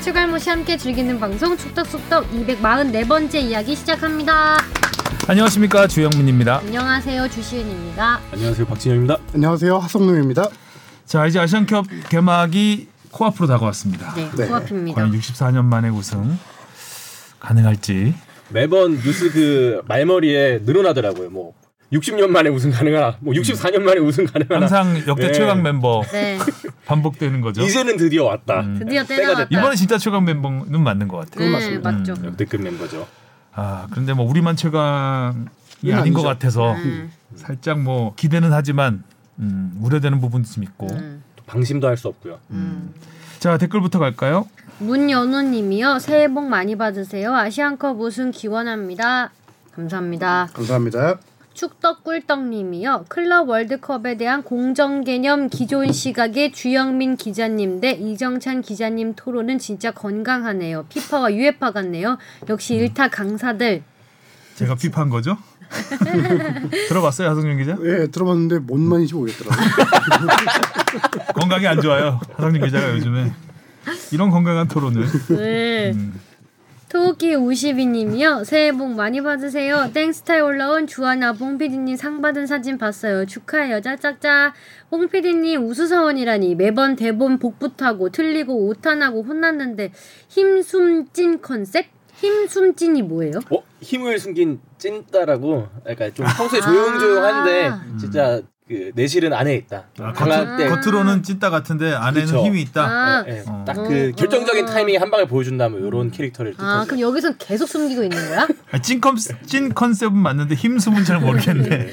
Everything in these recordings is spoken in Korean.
출갈못이 함께 즐기는 방송 축덕숙덕 244번째 이야기 시작합니다. 안녕하십니까 주영민입니다. 안녕하세요 주시은입니다. 안녕하세요 박진영입니다. 안녕하세요 하성룡입니다. 자 이제 아시안컵 개막이 코앞으로 다가왔습니다. 네, 네. 코앞입니다. 과연 64년 만에 우승 가능할지 매번 뉴스 그 말머리에 늘어나더라고요. 뭐 60년 만에 우승 가능하나, 뭐 64년 만에 우승 가능하나. 항상 역대 네. 최강 멤버 네, 반복되는 거죠. 이제는 드디어 왔다. 음. 드디어 때가 때가 왔다. 됐다. 이번에 진짜 최강 멤버는 맞는 것 같아요. 네, 맞습니다. 음. 맞죠. 역대급 멤버죠. 아 그런데 뭐 우리만 최강이 이건 아닌 것 아니죠. 같아서 음, 살짝 뭐 기대는 하지만 음, 우려되는 부분도 좀 있고. 음. 또 방심도 할 수 없고요. 음. 자 댓글부터 갈까요? 문연우님이요. 새해 복 많이 받으세요. 아시안컵 우승 기원합니다. 감사합니다. 감사합니다. 축덕꿀떡님이요. 클럽 월드컵에 대한 공정 개념 기존 시각의 주영민 기자님 대 이정찬 기자님 토론은 진짜 건강하네요. 피파와 유에파 같네요. 역시 일타 강사들. 제가 피파한 거죠? 들어봤어요 하성준 기자? 예 들어봤는데 뭔 말인지 아, 모르겠더라고요. 건강이 안 좋아요. 하성준 기자가 요즘에 이런 건강한 토론을 네. 토끼 52님이요. 새해 복 많이 받으세요. 땡스타에 올라온 주하나 봉피디님 상 받은 사진 봤어요. 축하해요. 짜짝짜. 봉피디님 우수사원이라니 매번 대본 복붙하고 틀리고 오탄하고 혼났는데 힘숨찐 컨셉? 힘숨찐이 뭐예요? 어? 힘을 숨긴 찐따라고 약간 아. 좀 평소에 조용조용한데 음. 진짜 그 내실은 안에 있다. 아, 강할 때 겉으로는 찐따 같은데 안에는 그쵸. 힘이 있다. 아, 딱 그 결정적인 타이밍에 한 방에 보여준다면 이런 캐릭터를 아 뜻하죠. 그럼 여기서 계속 숨기고 있는 거야? 아, 찐, 컨, 찐 컨셉은 맞는데 힘숨은 잘 모르겠네.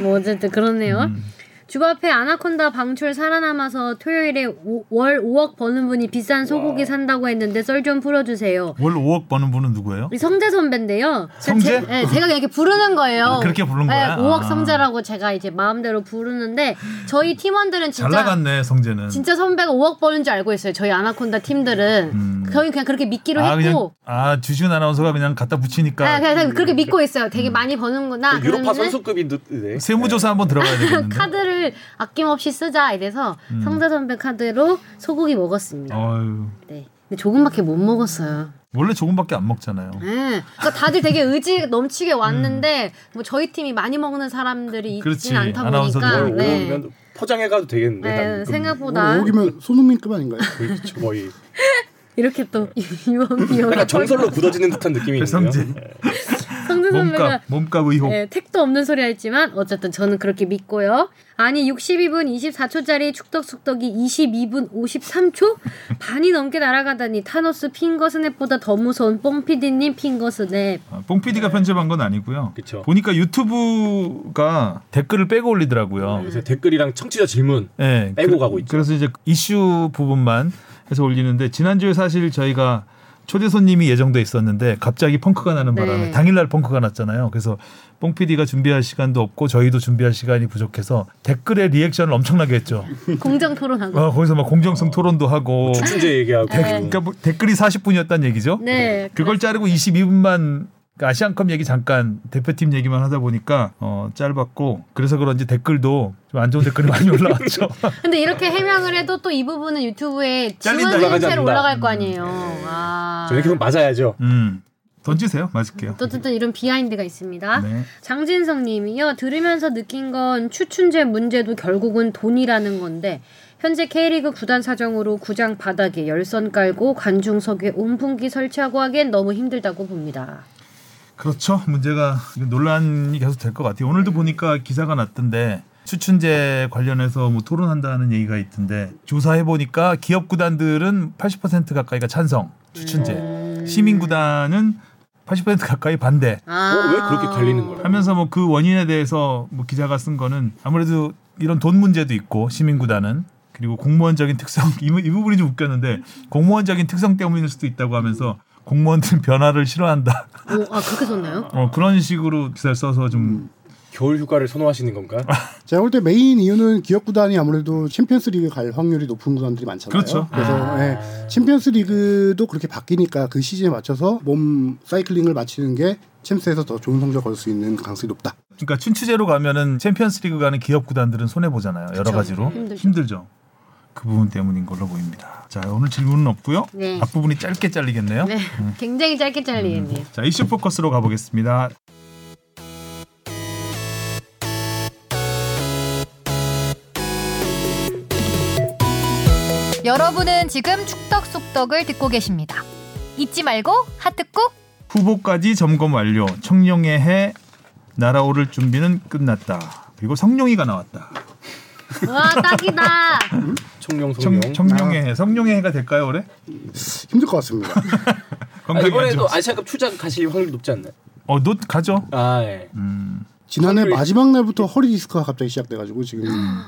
뭐 어쨌든 그렇네요. 음. 주 앞에 아나콘다 방출 살아남아서 토요일에 오- 월 5억 버는 분이 비싼 소고기 산다고 했는데 썰 좀 풀어주세요. 월 5억 버는 분은 누구예요? 우리 성재 선배인데요. 성재? 제, 네, 제가 그냥 이렇게 부르는 거예요. 아, 그렇게 부른 거야? 네, 5억 아. 성재라고 제가 이제 마음대로 부르는데 저희 팀원들은 잘 진짜 나갔네 성재는. 진짜 선배가 5억 버는 줄 알고 있어요. 저희 아나콘다 팀들은 저희 그냥 그렇게 믿기로 음. 아 그냥 했고. 아 주준 아나운서가 그냥 아, 그러니까. 갖다 붙이니까 네, 그냥 그렇게 믿고 있어요. 되게 많이 버는구나. 유로파 아, 그러면은 선수급인데 네. 세무조사 한번 들어가야 되겠는데. 카드를 아낌없이 쓰자 이래서 성재 선배 카드로 소고기 먹었습니다. 음. 어휴, 네. 근데 조금밖에 못 먹었어요. 원래 조금밖에 안 먹잖아요. 네. 그러니까 다들 되게 의지 넘치게 왔는데 뭐 저희 팀이 많이 먹는 사람들이 음. 그렇지. 있진 않다 보니까 아나운서들. 네. 오면 포장해가도 되겠는데 네, 당- 생각보다 뭐 오기면 어, 손흥민급 아닌가요? 그렇죠, 거의 이렇게 어. 또 유언비어 그러니까 약간 정설로 굳어지는 듯한 느낌이 있네요. 배성재 성준 선배가 몸값 몸값 어. 의혹. 예, 택도 없는 소리 했지만 어쨌든 저는 그렇게 믿고요. 아니 62분 24초짜리 축덕숙덕이 22분 53초 반이 넘게 날아가다니 타노스 핑거 스냅보다 더 무서운 뽕피디님 핑거 스냅. 아, 뽕 PD가 편집한 건 아니고요. 그쵸. 보니까 유튜브가 댓글을 빼고 올리더라고요. 요새 댓글이랑 청취자 질문 예, 빼고 가고 있죠. 그래서 이제 이슈 부분만 해서 올리는데 지난주에 사실 저희가 초대 손님이 예정돼 있었는데 갑자기 펑크가 나는 네. 바람에 당일날 펑크가 났잖아요. 그래서 뽕 PD가 준비할 시간도 없고 저희도 준비할 시간이 부족해서 댓글에 리액션을 엄청나게 했죠. 공정 어. 토론하고. 아, 거기서 막 공정성 토론도 하고 뭐 추춘제 얘기하고 댓- 그러니까 뭐 댓글이 40분이었단 얘기죠. 네. 그걸 자르고 22분만 그 아시안컵 얘기 잠깐 대표팀 얘기만 하다 보니까 어, 짧았고 그래서 그런지 댓글도 좀 안 좋은 댓글이 많이 올라왔죠. 근데 이렇게 해명을 해도 또 이 부분은 유튜브에 잘린다. 증언 올라가지 형태로 않는다. 음. 올라갈 거 아니에요. 아. 저는 계속 맞아야죠. 음 던지세요, 맞을게요. 또 아? 어쨌든 이런 비하인드가 있습니다. 네. 장진성 님이요. 들으면서 느낀 건 추춘제 문제도 결국은 돈이라는 건데 현재 K리그 구단 사정으로 구장 바닥에 열선 깔고 관중석에 온풍기 설치하고 하기엔 너무 힘들다고 봅니다. 그렇죠. 문제가 이거 논란이 계속 될 것 같아요. 오늘도 보니까 기사가 났던데 추춘제 관련해서 뭐 토론한다는 얘기가 있던데 조사해 보니까 기업 구단들은 80% 가까이가 찬성 추춘제, 시민 구단은 80% 가까이 반대. 아. 어, 왜 그렇게 갈리는 거야? 하면서 뭐 그 원인에 대해서 뭐 기자가 쓴 거는 아무래도 이런 돈 문제도 있고 시민구단은 그리고 공무원적인 특성 이, 부- 이 부분이 좀 웃겼는데 공무원적인 특성 때문일 수도 있다고 하면서 공무원들은 변화를 싫어한다 오, 아 그렇게 썼나요? 어, 그런 식으로 기사를 써서 좀 겨울 휴가를 선호하시는 건가? 아, 제가 볼 때 메인 이유는 기업 구단이 아무래도 챔피언스 리그 갈 확률이 높은 구단들이 많잖아요. 그렇죠. 래서 예, 챔피언스 리그도 그렇게 바뀌니까 그 시즌에 맞춰서 몸 사이클링을 마치는 게 챔스에서 더 좋은 성적 얻을 수 있는 가능성이 높다. 그러니까 춘추제로 가면은 챔피언스리그 가는 기업 구단들은 손해 보잖아요 여러 가지로 힘들죠. 힘들죠 그 부분 때문인 걸로 보입니다. 자 오늘 질문은 없고요. 네. 앞부분이 짧게 잘리겠네요. 네. 굉장히 짧게 잘리겠네요. 자 이슈 포커스로 가보겠습니다. 여러분은 지금 축덕 속덕을 듣고 계십니다. 잊지 말고 하트 꾹. 후보까지 점검 완료. 청룡의 해 날아오를 준비는 끝났다. 그리고 성룡이가 나왔다. 와 딱이다. 총룡 청, 송룡. 아, 청룡의 해. 성룡의 해가 될까요 올해? 힘들 것 같습니다. 아, 건강이 안 이번에도 좋아. 아시아컵 출장 가실 확률 높지 않나요? 어, 너 가죠. 아 예. 음. 지난해 선수들이- 마지막 날부터 허리 디스크가 갑자기 시작돼가지고 지금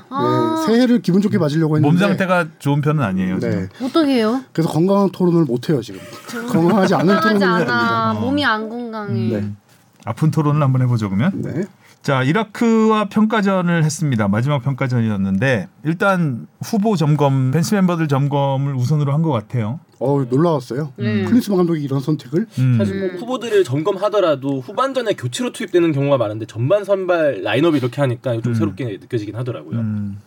아. 네, 새해를 기분 좋게 맞으려고 했는데 몸 상태가 좋은 편은 아니에요. 네 지금. 어떡해요? 그래서 건강한 토론을 못 해요 지금 건강하지 않은 건강하지 토론을 해야 됩니다. 않아. 몸이 안 건강해. 네. 아픈 토론을 한번 해보죠 그러면. 네. 자 이라크와 평가전을 했습니다. 마지막 평가전이었는데 일단 후보 점검, 벤치 멤버들 점검을 우선으로 한 것 같아요. 어 놀라웠어요. 네. 클린스만 감독이 이런 선택을 음. 사실 뭐 후보들을 점검하더라도 후반전에 교체로 투입되는 경우가 많은데 전반 선발 라인업이 이렇게 하니까 좀 새롭게 느껴지긴 하더라고요. 음.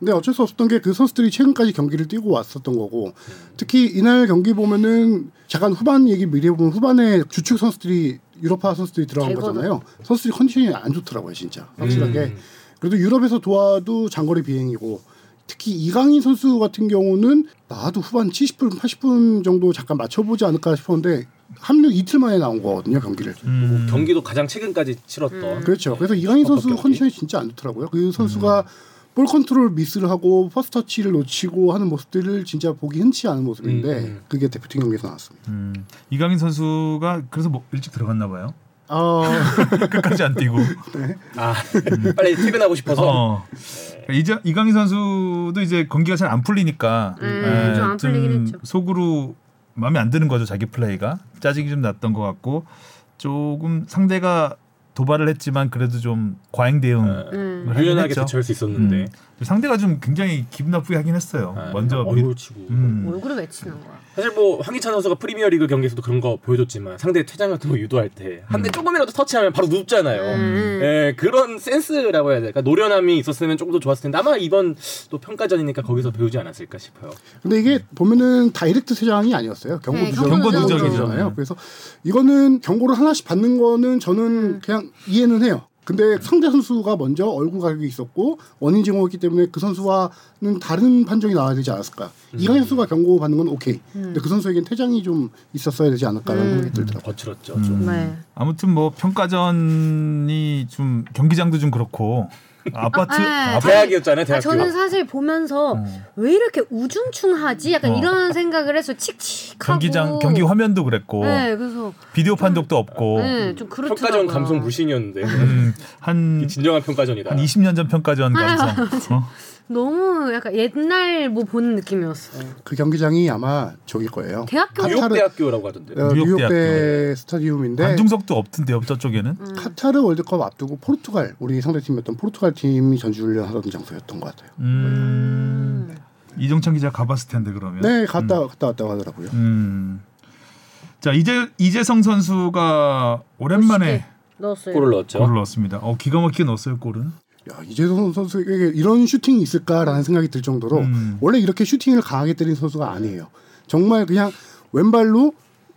근데 어쩔 수 없었던 게 그 선수들이 최근까지 경기를 뛰고 왔었던 거고 특히 이날 경기 보면은 잠깐 후반 얘기 미리 보면 후반에 주축 선수들이 유럽파 선수들이 들어간 대거든. 거잖아요. 선수들이 컨디션이 안 좋더라고요 진짜 확실하게. 음. 그래도 유럽에서 도와도 장거리 비행이고 특히 이강인 선수 같은 경우는 나도 후반 70분 80분 정도 잠깐 맞춰보지 않을까 싶었는데 합류 이틀 만에 나온 거거든요 경기를. 음. 뭐 경기도 가장 최근까지 치렀던 그렇죠. 그래서 이강인 어떤 선수 경기? 컨디션이 진짜 안 좋더라고요. 그 음. 선수가 볼 컨트롤 미스를 하고 퍼스트 터치를 놓치고 하는 모습들을 진짜 보기 흔치 않은 모습인데 음, 음. 그게 대표팀 경기에서 나왔습니다. 음. 이강인 선수가 그래서 뭐 일찍 들어갔나 봐요. 어, 끝까지 안 뛰고. 아 빨리 퇴근하고 싶어서 어. 이제 이강인 선수도 이제 경기가 잘 안 풀리니까 음, 예, 좀안 풀리긴 좀 했죠. 속으로 마음에 안 드는 거죠 자기 플레이가 짜증이 좀 났던 것 같고 조금 상대가 도발을 했지만 그래도 좀 과잉 대응을 음. 하긴 예. 유연하게 했죠. 대처할 수 있었는데 음. 상대가 좀 굉장히 기분 나쁘게 하긴 했어요. 아, 먼저 밀- 얼굴 치고 음. 얼굴을 왜 치는 거야? 사실 뭐 황희찬 선수가 프리미어리그 경기에서도 그런 거 보여줬지만 상대 퇴장 같은 거 유도할 때 한 대 조금이라도 터치하면 바로 눕잖아요. 음. 예, 그런 센스라고 해야 될까 노련함이 있었으면 조금 더 좋았을 텐데 아마 이번 또 평가전이니까 거기서 배우지 않았을까 싶어요. 근데 이게 보면은 다이렉트 퇴장이 아니었어요. 경고 네, 누적 경고 누적이죠. 네. 그래서 이거는 경고를 하나씩 받는 거는 저는 음. 그냥 이해는 해요. 근데 상대 선수가 먼저 얼굴 가격이 있었고 원인 증오였기 때문에 그 선수와는 다른 판정이 나와야 되지 않았을까. 이강인 선수가 경고 받는 건 오케이. 음. 근데 그 선수에겐 퇴장이 좀 있었어야 되지 않을까라는 생각이 들더라고요. 거칠었죠. 좀. 네. 아무튼 뭐 평가전이 좀 경기장도 좀 그렇고 아파트 아, 네. 아파트 대학이었잖아요. 아, 대학교. 저는 사실 보면서 왜 이렇게 우중충하지? 약간 어. 이런 생각을 해서 칙칙하고 경기장 경기 어. 화면도 그랬고 네, 그래서 비디오 판독도 없고 네, 좀 그렇더라고요. 평가전 감성 물씬이었는데 음, 한 이 진정한 평가전이다. 한 20년 전 평가전 감성. 어? 너무 약간 옛날 뭐 보는 느낌이었어요. 그 경기장이 아마 저기 거예요. 대학교 아, 뉴욕 카타르- 대학교라고 하던데. 네. 어, 뉴욕 뉴욕대 스타디움인데 안중석도 없던데요, 저쪽에는. 카타르 월드컵 앞두고 포르투갈 우리 상대팀이었던 포르투갈 팀이 전지훈련 하던 장소였던 것 같아요. 음. 이정찬 기자 가봤을 텐데 그러면. 음. 네 갔다 갔다 왔다고 하더라고요. 음. 자 이제 이재성 선수가 오랜만에 네, 넣었어요. 골을 넣었죠. 골을 넣었습니다. 어 기가 막히게 넣었어요 골은. 야, 이재성 선수에게 이런 슈팅이 있을까라는 생각이 들 정도로 음. 원래 이렇게 슈팅을 강하게 때린 선수가 아니에요. 정말 그냥 왼발로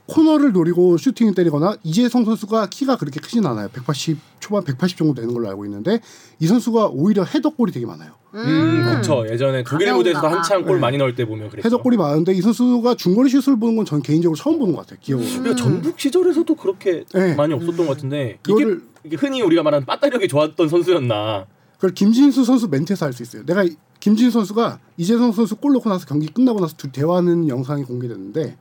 코너를 노리고 슈팅을 때리거나 이재성 선수가 키가 그렇게 크진 않아요. 180 초반 180 정도 되는 걸로 알고 있는데 이 선수가 오히려 헤더골이 되게 많아요. 음, 그렇죠. 예전에 가벼운가 독일 네. 무대에서 봐. 한창 골 많이 넣을 때 보면 그랬죠. 헤더골이 많은데 이 선수가 중거리 슛을 보는 건 전 개인적으로 처음 보는 것 같아요. 기억으로. 그러니까 전북 시절에서도 그렇게 네. 많이 없었던 것 같은데 이게, 그거를- 이게 흔히 우리가 말하는 빠따력이 좋았던 선수였나. 그걸 김진수 선수 멘트에서 알 수 있어요. 내가 이- 김진수 선수가 이재성 선수 골 넣고 나서 경기 끝나고 나서 둘이 대화하는 영상이 공개됐는데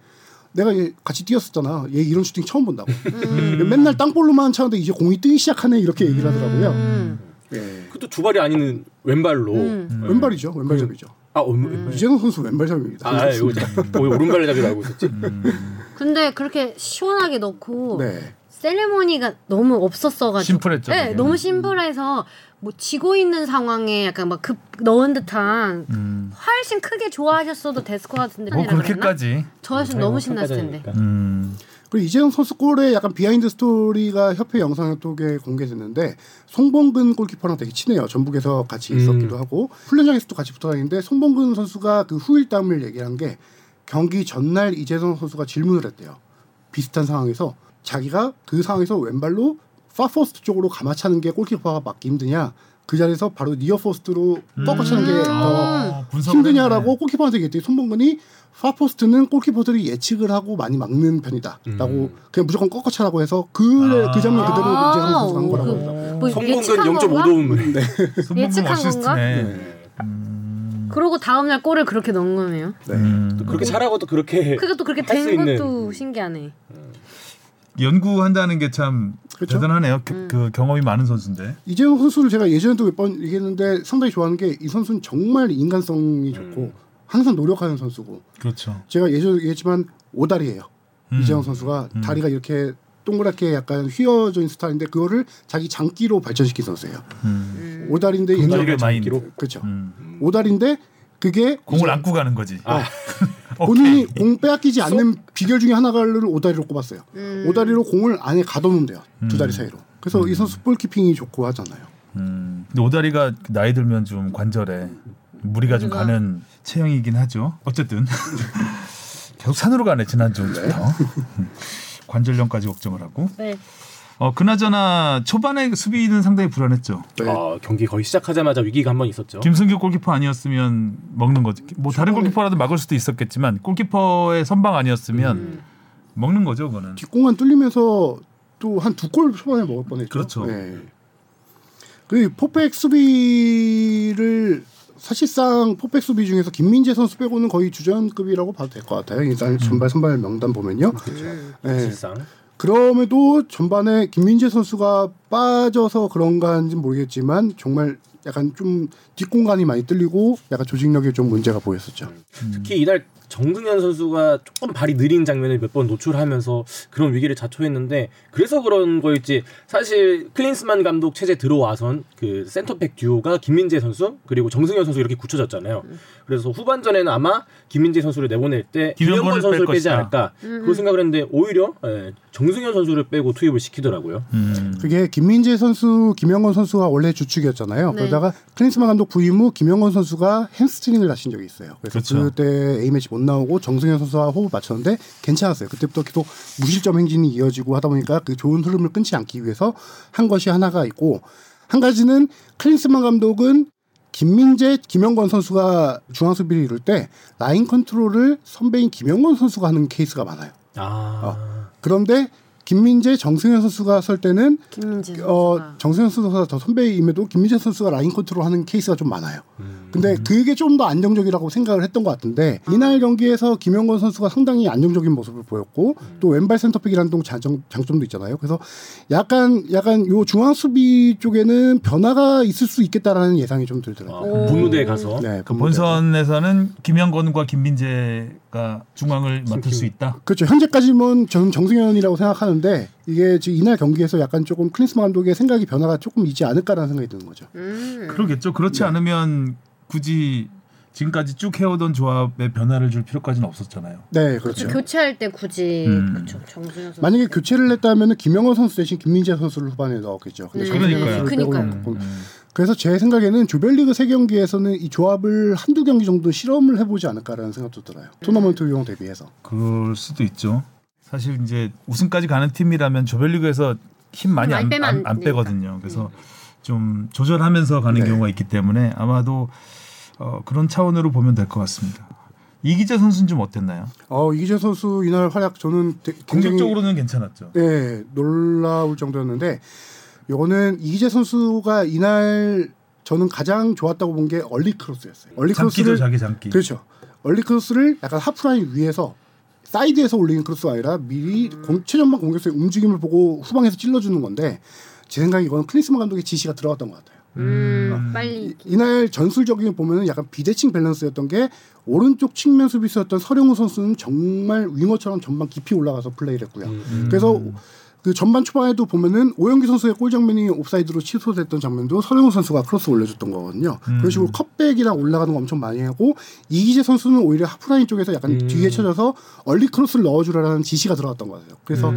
내가 얘 같이 뛰었었잖아. 얘 이런 슈팅 처음 본다고. 맨날 땅볼로만 차는데 이제 공이 뜨기 시작하네 이렇게 얘기를 하더라고요. 음. 음. 예. 그것도 주발이 아닌 왼발로. 음. 네. 왼발이죠. 왼발잡이죠. 아, 왼- 이재성 선수 왼발잡이입니다. 아, 이거 오른발을 잡이라 알고 있었지. 음. 근데 그렇게 시원하게 넣고 네. 세레모니가 너무 없었어가지고 심플했죠, 네, 그게. 너무 심플해서 뭐 지고 있는 상황에 약간 막 급 넣은 듯한 음. 훨씬 크게 좋아하셨어도 됐을 것 같은데 뭐 그렇게까지. 음. 저였으면 너무 신났을 텐데. 평가전이니까. 음. 그리고 이재용 선수 골에 약간 비하인드 스토리가 협회 영상에 톡에 공개됐는데 송봉근 골키퍼랑 되게 친해요. 전북에서 같이 있었기도 음. 하고 훈련장에서도 같이 붙어 다니는데 송봉근 선수가 그 후일담을 얘기한 게 경기 전날 이재성 선수가 질문을 했대요. 비슷한 상황에서 자기가 그 상황에서 왼발로 파포스트 쪽으로 감아차는 게 골키퍼가 막기 힘드냐 그 자리에서 바로 니어 포스트로 꺾어차는 음. 게 더 어, 분석을 힘드냐라고 골키퍼한테 얘기했더니 손봉근이 파포스트는 골키퍼들이 예측을 하고 많이 막는 편이다라고 음. 그냥 무조건 꺾어차라고 해서 그, 아. 그 장면 그대로 아. 이재성 네. 선수가 한 거라고 그- 합니다. 음. 뭐 성공근 예측한 건가? 0.5도움을. 음. 했네. 손목은 예측한 어시스트네. 건가? 네. 음. 그러고 다음날 골을 그렇게 넣은 거네요. 네. 음. 또 그렇게 잘하고 또 그렇게 그게 또 그렇게 할수 된 있는. 것도 신기하네. 연구한다는 게 참 그렇죠? 대단하네요. 겨- 그 경험이 많은 선수인데. 이재용 선수를 제가 예전에도 몇 번 얘기했는데 상당히 좋아하는 게 이 선수는 정말 인간성이 좋고 음. 항상 노력하는 선수고 그렇죠. 제가 예전에 얘기했지만 오다리예요. 음. 이재용 선수가 음. 다리가 이렇게 동그랗게 약간 휘어져 있는 스타일인데 그거를 자기 장기로 발전시킨 선수예요. 음. 오다리인데 그 예전에 다리를 많이 잡기로. 그렇죠. 음. 오다리인데 그게 공을 안고 가는 거지. 아, 본인이 공 빼앗기지 않는 비결 중에 하나를 오다리로 꼽았어요. 오다리로 공을 안에 가둬놓으면 돼요. 두 다리 사이로. 그래서 이 선수 볼키핑이 좋고 하잖아요. 음. 근데 오다리가 나이 들면 좀 관절에 무리가 좀 가는 체형이긴 하죠. 어쨌든 계속 산으로 가네 지난 주부터 어? 음. 관절염까지 걱정을 하고. 네. 어 그나저나 초반에 수비는 상당히 불안했죠. 네. 아, 경기 거의 시작하자마자 위기가 한 번 있었죠. 김승규 골키퍼 아니었으면 먹는 거지. 뭐 다른 골키퍼라도 막을 수도 있었겠지만 골키퍼의 선방 아니었으면 먹는 거죠, 그거는. 뒷공간 뚫리면서 또 한 두 골 초반에 먹을 뻔했죠. 그렇죠. 네. 그 포백 수비를 사실상 포백 수비 중에서 김민재 선수 빼고는 거의 주전급이라고 봐도 될 것 같아요. 음. 일단 전발 선발 명단 보면요. 그렇죠. 네. 실상. 그럼에도 전반에 김민재 선수가 빠져서 그런가인지는 모르겠지만 정말 약간 좀 뒷공간이 많이 뚫리고 약간 조직력에 좀 문제가 보였었죠. 특히 이날 정승현 선수가 조금 발이 느린 장면을 몇 번 노출하면서 그런 위기를 자초했는데 그래서 그런 거였지 사실 클린스만 감독 체제 들어와선 그 센터백 듀오가 김민재 선수 그리고 정승현 선수 이렇게 굳혀졌잖아요. 그래서 후반전에는 아마 김민재 선수를 내보낼 때 김현권을 김현권 선수를 뺄 빼지 것이다. 않을까 그 생각을 했는데 오히려 예, 정승현 선수를 빼고 투입을 시키더라고요. 음. 그게 김민재 선수, 김영건 선수가 원래 주축이었잖아요. 네. 그러다가 클린스만 감독 부임 후 김영건 선수가 햄스트링을 다친 적이 있어요. 그래서 그렇죠. 그때 A 매치 못 나오고 정승현 선수와 호흡 맞췄는데 괜찮았어요. 그때부터 계속 무실점 행진이 이어지고 하다 보니까 그 좋은 흐름을 끊지 않기 위해서 한 것이 하나가 있고 한 가지는 클린스만 감독은 김민재, 김영건 선수가 중앙 수비를 이룰 때 라인 컨트롤을 선배인 김영건 선수가 하는 케이스가 많아요. 아, 그런데 김민재, 정승현 선수가 설 때는 김민재 선수가. 어, 정승현 선수가 더 선배임에도 김민재 선수가 라인 컨트롤 하는 케이스가 좀 많아요. 음. 근데 그게 좀 더 안정적이라고 생각을 했던 것 같은데 이날 경기에서 김영건 선수가 상당히 안정적인 모습을 보였고 또 왼발 센터백이라는 동 장점, 장점도 있잖아요. 그래서 약간 약간 요 중앙 수비 쪽에는 변화가 있을 수 있겠다라는 예상이 좀 아, 들더라고요. 오. 본무대에 가서 음. 네, 그 본선에서는 김영건과 김민재가 중앙을 맡을 수 있다. 그렇죠. 현재까지는 저는 정승현이라고 생각하는데 이게 지금 이날 경기에서 약간 조금 클린스만 감독의 생각이 변화가 조금 있지 않을까라는 생각이 드는 거죠. 음. 그러겠죠. 그렇지 않으면 굳이 지금까지 쭉 해오던 조합에 변화를 줄 필요까지는 없었잖아요. 네, 그쵸, 그렇죠. 교체할 때 굳이 음. 그쵸, 정승현 선수. 만약에 교체를 했다면 김영호 선수 대신 김민재 선수를 후반에 넣었겠죠. 근데 네. 정승현 그러니까요. 선수를 빼고 그러니까요. 넣었고. 음. 뭐 그래서 제 생각에는 조별리그 세 경기에서는 이 조합을 한두 경기 정도 실험을 해보지 않을까라는 생각도 들어요. 음. 토너먼트 유형 대비해서. 그럴 수도 있죠. 사실 이제 우승까지 가는 팀이라면 조별리그에서 힘 많이 많이 안, 빼면 안- 안 안 되니까. 빼거든요. 그래서 좀 조절하면서 가는 네. 경우가 있기 때문에 아마도 어, 그런 차원으로 보면 될 것 같습니다. 이기재 선수는 좀 어땠나요? 어, 이기재 선수 이날 활약 저는 되- 굉장히 공격적으로는 괜찮았죠. 네, 놀라울 정도였는데 요거는 이기재 선수가 이날 저는 가장 좋았다고 본 게 얼리 크로스였어요. 얼리 장기죠 크로스를 자기 장기. 그렇죠. 얼리 크로스를 약간 하프라인 위에서 사이드에서 올리는 크로스가 아니라 미리 공- 최전방 공격수의 움직임을 보고 후방에서 찔러주는 건데 제 생각에 이건 클린스만 감독의 지시가 들어갔던 것 같아요. 음, 빨리. 이날 전술적인 보면은 약간 비대칭 밸런스였던 게 오른쪽 측면 음. 네. 음. 수비수였던 서령우 선수는 정말 윙어처럼 전방 깊이 올라가서 플레이를 했고요. 그래서 그 전반 초반에도 보면은 오영기 선수의 골 장면이 옵사이드로 취소됐던 장면도 서령우 선수가 크로스 올려줬던 거거든요. 그런 식으로 컵백이랑 올라가는 거 엄청 많이 하고 이기재 선수는 오히려 하프라인 쪽에서 약간 음. 뒤에 쳐져서 얼리 크로스를 넣어주라는 지시가 들어갔던 것 같아요. 그래서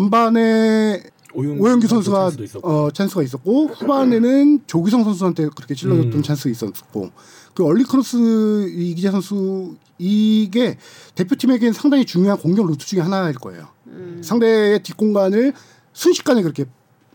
전반에 오영규 선수가 네. 수도 있었고. 어, 찬스가 있었고 후반에는 조기성 선수한테 그렇게 찔러줬던 음. 찬스 있었고 그 얼리 크로스 이기재 선수 이게 대표팀에겐 상당히 중요한 공격 루트 중에 하나일 거예요. 상대의 뒷공간을 순식간에 그렇게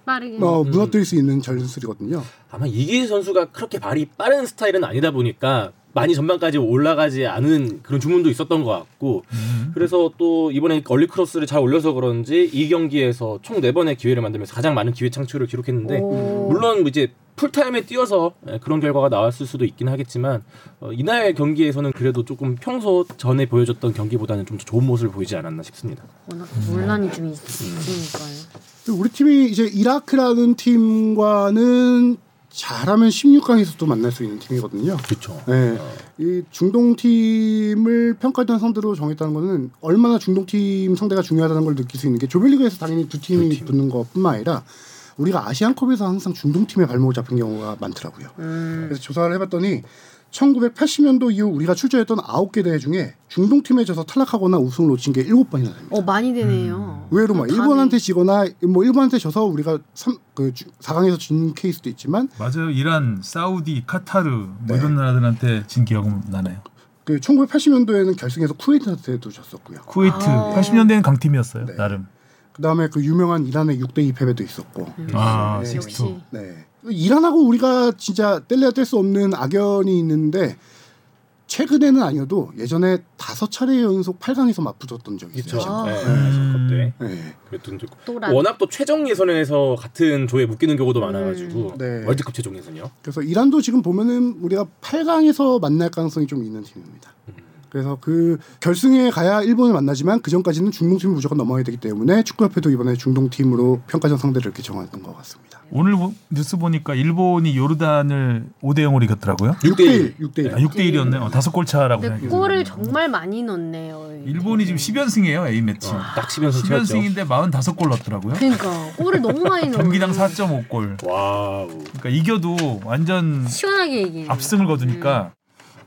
빠르게. 어, 음. 무너뜨릴 수 있는 전술이거든요. 아마 이기재 선수가 그렇게 발이 빠른 스타일은 아니다 보니까 많이 전반까지 올라가지 않은 그런 주문도 있었던 것 같고 음. 그래서 또 이번에 얼리 크로스를 잘 올려서 그런지 이 경기에서 총 네 번의 기회를 만들면서 가장 많은 기회 창출을 기록했는데 오. 물론 뭐 이제 풀타임에 뛰어서 예, 그런 결과가 나왔을 수도 있긴 하겠지만 어, 이날 경기에서는 그래도 조금 평소 전에 보여줬던 경기보다는 좀 좋은 모습을 보이지 않았나 싶습니다. 워낙 논란이 좀 있- 있으니까요. 근데 우리 팀이 이제 이라크라는 팀과는 잘하면 16강에서 또 만날 수 있는 팀이거든요. 그렇죠. 네. 이 중동 팀을 평가전 상대로 정했다는 거는 얼마나 중동 팀 상대가 중요하다는 걸 느낄 수 있는 게 조별리그에서 당연히 두 팀이 두 팀. 붙는 것뿐만 아니라 우리가 아시안컵에서 항상 중동 팀의 발목을 잡힌 경우가 많더라고요. 음. 그래서 조사를 해봤더니 1980년도 이후 우리가 출전했던 9개 대회 중에 중동 팀에 져서 탈락하거나 우승을 놓친 게 7번이나 됩니다. 어 많이 음. 되네요. 의외로 막 아, 감이. 일본한테 지거나 뭐 일본한테 져서 우리가 삼그 주- 4강에서 진 케이스도 있지만 맞아요. 이란, 사우디, 카타르 뭐 이런 나라들한테 진 기억은 나네요. 그 1980년도에는 결승에서 쿠웨이트한테도 졌었고요. 쿠웨이트 아. 80년대는 강팀이었어요. 네. 나름. 그다음에 그 유명한 이란의 6대2 패배도 있었고. 아, 네. 식스투. 음. 역시. 네. 이란하고 우리가 진짜 뗄래야 뗄 수 없는 악연이 있는데 최근에는 아니어도 예전에 다섯 차례 연속 8강에서 맞붙었던 적이 있어요. 그쵸. 네, 음. 그래서 그때 네. 그랬던 적고. 또라. 워낙 또 최종 예선에서 같은 조에 묶이는 경우도 많아가지고 네. 월드컵 최종 예선이요. 그래서 이란도 지금 보면은 우리가 8강에서 만날 가능성이 좀 있는 팀입니다. 그래서 그 결승에 가야 일본을 만나지만 그 전까지는 중동팀을 무조건 넘어야 되기 때문에 축구협회도 이번에 중동팀으로 평가전 상대를 이렇게 정했던 것 같습니다. 오늘 뭐 뉴스 보니까 일본이 요르단을 5대 0으로 이겼더라고요. 6대1, 6대1. 아, 6대 1이었네. 어, 다섯 골 차라고 근데 생각해요. 골을 정말 많이 넣네요. 일본이 지금 10연승이에요. A 매치. 어, 딱 10연승 채웠죠. 10연승인데 45골 넣었더라고요. 그러니까 골을 너무 많이 넣어. 경기당 4.5골. 와우. 그러니까 이겨도 완전 시원하게 얘기해. 압승을 거두니까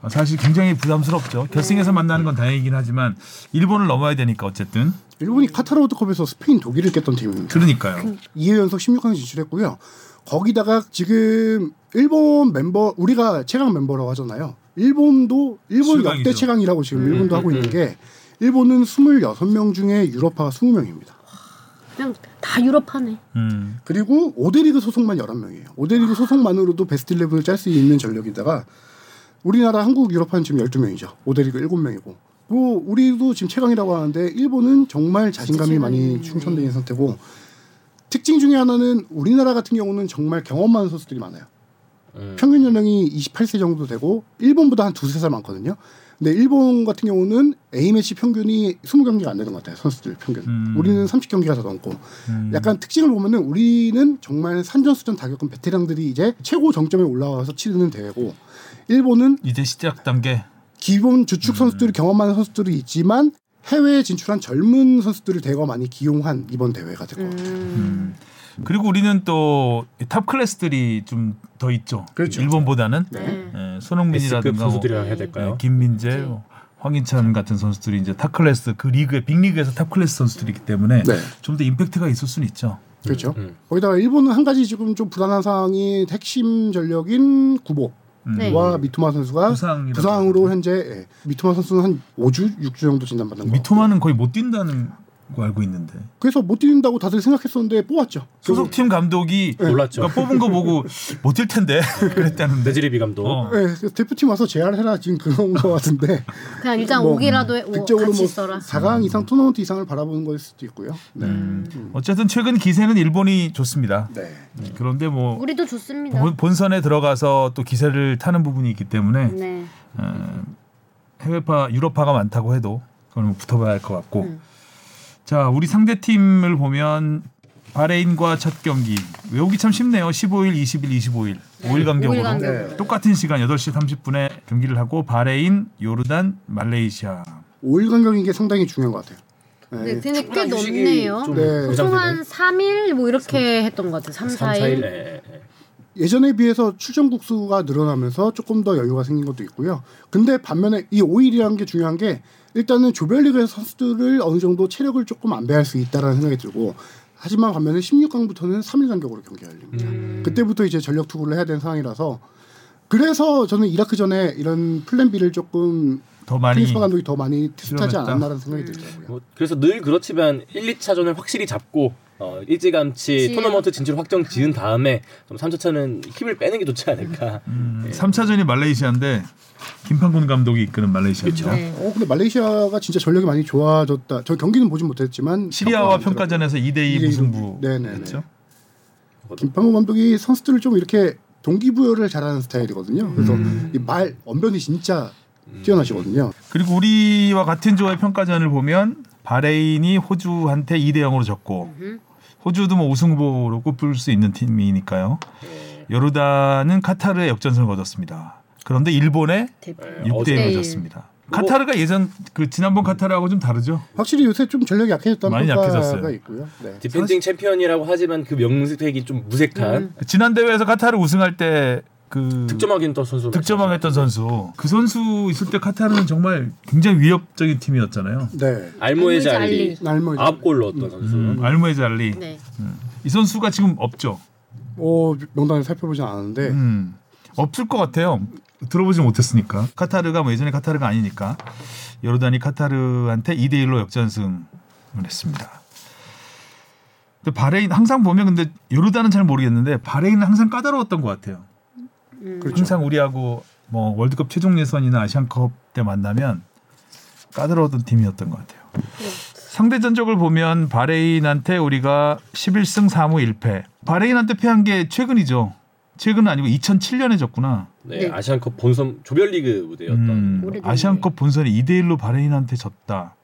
아, 사실 굉장히 부담스럽죠. 결승에서 만나는 건 다행이긴 하지만 일본을 넘어야 되니까 어쨌든 일본이 카타르 월드컵에서 스페인, 독일을 깼던 팀입니다. 그러니까요. 2회 연속 16강 진출했고요. 거기다가 지금 일본 멤버 우리가 최강 멤버라고 하잖아요. 일본도 일본 최강이죠. 역대 최강이라고 지금 음, 일본도 음, 하고 있는 음. 게 일본은 26명 중에 유럽파가 20명입니다. 그냥 다 유럽하네. 음. 그리고 5대리그 소속만 11명이에요. 5대리그 소속만으로도 베스트 11을 짤 수 있는 전력이다가 우리나라 한국 유럽파는 지금 12명이죠. 5대리그 7명이고 뭐 우리도 지금 최강이라고 하는데 일본은 정말 자신감이 많이 자신감이 충천된 상태고 특징 중에 하나는 우리나라 같은 경우는 정말 경험 많은 선수들이 많아요. 음. 평균 연령이 28세 정도 되고 일본보다 한 두세 살 많거든요. 근데 일본 같은 경우는 A매치 평균이 20경기가 안 되는 것 같아요. 선수들 평균. 음. 우리는 30경기가 더 넘고 음. 약간 특징을 보면은 우리는 정말 산전수전 다 겪은 베테랑들이 이제 최고 정점에 올라와서 치르는 대회고 일본은 이제 시작 단계. 기본 음. 주축 선수들이 경험하는 선수들이 있지만 해외에 진출한 젊은 선수들을 대거 많이 기용한 이번 대회가 될 것 같아요. 음. 그리고 우리는 또 탑 클래스들이 좀 더 있죠. 그렇죠. 일본보다는 네. 예, S급 손흥민이라든가 뭐, 선수들이라 해야 될까요? 예, 네. 김민재, 황인찬 같은 선수들이 이제 탑 클래스 그 리그의 빅 리그에서 탑 클래스 선수들이기 때문에 네. 좀 더 임팩트가 있을 수는 있죠. 그렇죠. 음. 거기다가 일본은 한 가지 지금 좀 불안한 상황이 핵심 전력인 구보. 음. 네. 와 미토마 선수가 부상이라고. 부상으로 현재 예. 미토마 선수는 한 5주, 6주 정도 진단받는 거. 미토마는 거의 못 뛴다는 거 알고 있는데 그래서 못 뛴다고 다들 생각했었는데 뽑았죠. 소속팀 네. 감독이 놀랐죠. 그렇죠. 그러니까 뽑은 거 보고 못 뛸 텐데 그랬다는데. 데즈리비 감독. 어. 예, 그래서 대표팀 와서 재활해라 지금 그런 거 같은데. 그냥 일단 뭐, 오기라도 해, 오, 극적으로 같이 뭐 있어라. 4강 이상 토너먼트 이상을 바라보는 거일 수도 있고요. 네. 음. 어쨌든 최근 기세는 일본이 좋습니다. 네. 그런데 뭐 우리도 좋습니다. 본- 본선에 들어가서 또 기세를 타는 부분이 있기 때문에 네. 어, 해외파 유럽파가 많다고 해도 그건 뭐 붙어봐야 할 것 같고 음. 자 우리 상대 팀을 보면 바레인과 첫 경기 외우기 참 쉽네요 15일 20일 25일 5일 네. 오일 간격으로 간격으로. 네. 똑같은 시간 8시 30분에 경기를 하고 바레인 요르단 말레이시아 5일 간격인 게 상당히 중요한 것 같아요. 네, 네. 근데 꽤 충분한 휴식이 넓네요. 좀 네. 보통 보장되는 한 3일 뭐 이렇게 했던 것 같아요. 3, 3, 4일. 4일. 예, 예. 예전에 비해서 출전국 수가 늘어나면서 조금 더 여유가 생긴 것도 있고요. 근데 반면에 이 5일이라는 게 중요한 게 일단은 조별리그에서 선수들을 어느 정도 체력을 조금 안배할 수 있다라는 생각이 들고 하지만 반면에 16강부터는 3일 간격으로 경기가 음. 열립니다. 그때부터 이제 전력 투구를 해야 되는 상황이라서 그래서 저는 이라크 전에 이런 플랜 B를 조금 더 많이 필리스 뭐 감독이 더 많이 투자하지 실험했다. 않았나라는 생각이 들더라고요. 뭐 그래서 늘 그렇지만 1, 2차전을 확실히 잡고 어, 일찌감치 그치. 토너먼트 진출 확정 지은 다음에 좀 3차차는 힘을 빼는 게 좋지 않을까. 음, 3차전이 말레이시아인데 김판곤 감독이 이끄는 말레이시아입니다. 네. 어 근데 말레이시아가 진짜 전력이 많이 좋아졌다. 저 경기는 보진 못했지만 시리아와 평가는 들었고. 평가전에서 2대2 네. 이대 이 무승부 네네네. 했죠. 김판호 감독이 선수들을 좀 이렇게 동기부여를 잘하는 스타일이거든요. 그래서 음. 이 말 언변이 진짜 뛰어나시거든요. 그리고 우리와 같은 조의 평가전을 보면 바레인이 호주한테 2대 0으로 졌고 호주도 뭐 우승 후보로 꼽을 수 있는 팀이니까요. 요르단은 카타르의 역전승을 거뒀습니다. 그런데 일본에 대표. 6대 1로 네, 어제. 졌습니다. 카타르가 예전 그 지난번 카타르하고 좀 다르죠. 확실히 요새 좀 전력이 약해졌다는 많이 평가가 약해졌어요. 있고요. 네. 디펜딩 챔피언이라고 하지만 그 명색이 좀 무색한 음. 지난 대회에서 카타르 우승할 때그 득점하기는 또 선수 득점왕했던 선수 그 선수 있을 때 카타르는 정말 굉장히 위협적인 팀이었잖아요. 네. 알모에 알리. 잘리 날모 이제- 아홉 골 넣었던 선수. 음, 알무에 잘리 네. 이 선수가 지금 없죠. 어, 명단을 살펴보진 않았는데 음, 없을 것 같아요. 들어보지 못했으니까. 카타르가 뭐 예전에 카타르가 아니니까 요르단이 카타르한테 2대 1로 역전승을 했습니다. 근데 바레인 항상 보면 근데 요르단은 잘 모르겠는데 바레인은 항상 까다로웠던 것 같아요. 그렇죠. 항상 우리하고 뭐 월드컵 최종 예선이나 아시안컵 때 만나면 까다로웠던 팀이었던 것 같아요. 상대 전적을 보면 바레인한테 우리가 11승 3무 1패. 바레인한테 패한 게 최근이죠. 최근은 아니고 2007년에 졌구나. 네, 네. 아시안컵 본선 조별리그 무대였던. 음, 오래됐네. 아시안컵 본선에 2대 1로 바레인한테 졌다.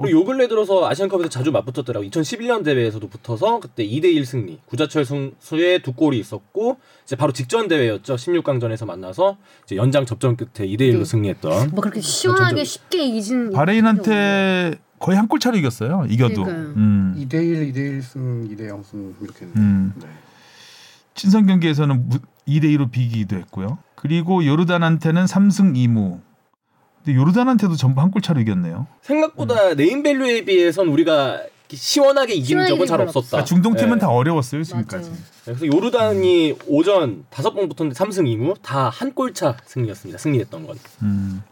그리고 요 근래 들어서 아시안컵에서 자주 맞붙었더라고. 2011년 대회에서도 붙어서 그때 2대 1 승리. 구자철 선수의 두 골이 있었고 이제 바로 직전 대회였죠. 16강전에서 만나서 이제 연장 접전 끝에 2대 1로 네. 승리했던. 뭐 그렇게 시원하게 어쩐지. 쉽게 음, 이긴 바레인한테 거의 한 골 차로 이겼어요. 이겨도. 그러니까요. 음, 2대 1, 2대 1승, 2대 0승 이렇게 했는데. 음. 네. 친선 경기에서는 2대 2로 비기기도 했고요. 그리고 요르단한테는 3승 2무. 근데 요르단한테도 전부 한 골 차로 이겼네요. 생각보다 네임밸류에 비해선 우리가 시원하게 이긴 시원하게 적은 잘 별로 없었다. 그러니까 중동 팀은 예. 다 어려웠어요 지금까지. 맞아요. 그래서 요르단이 오전 다섯 번 붙었는데 3승 2무 다 한 골차 승리였습니다. 승리했던 건. 음.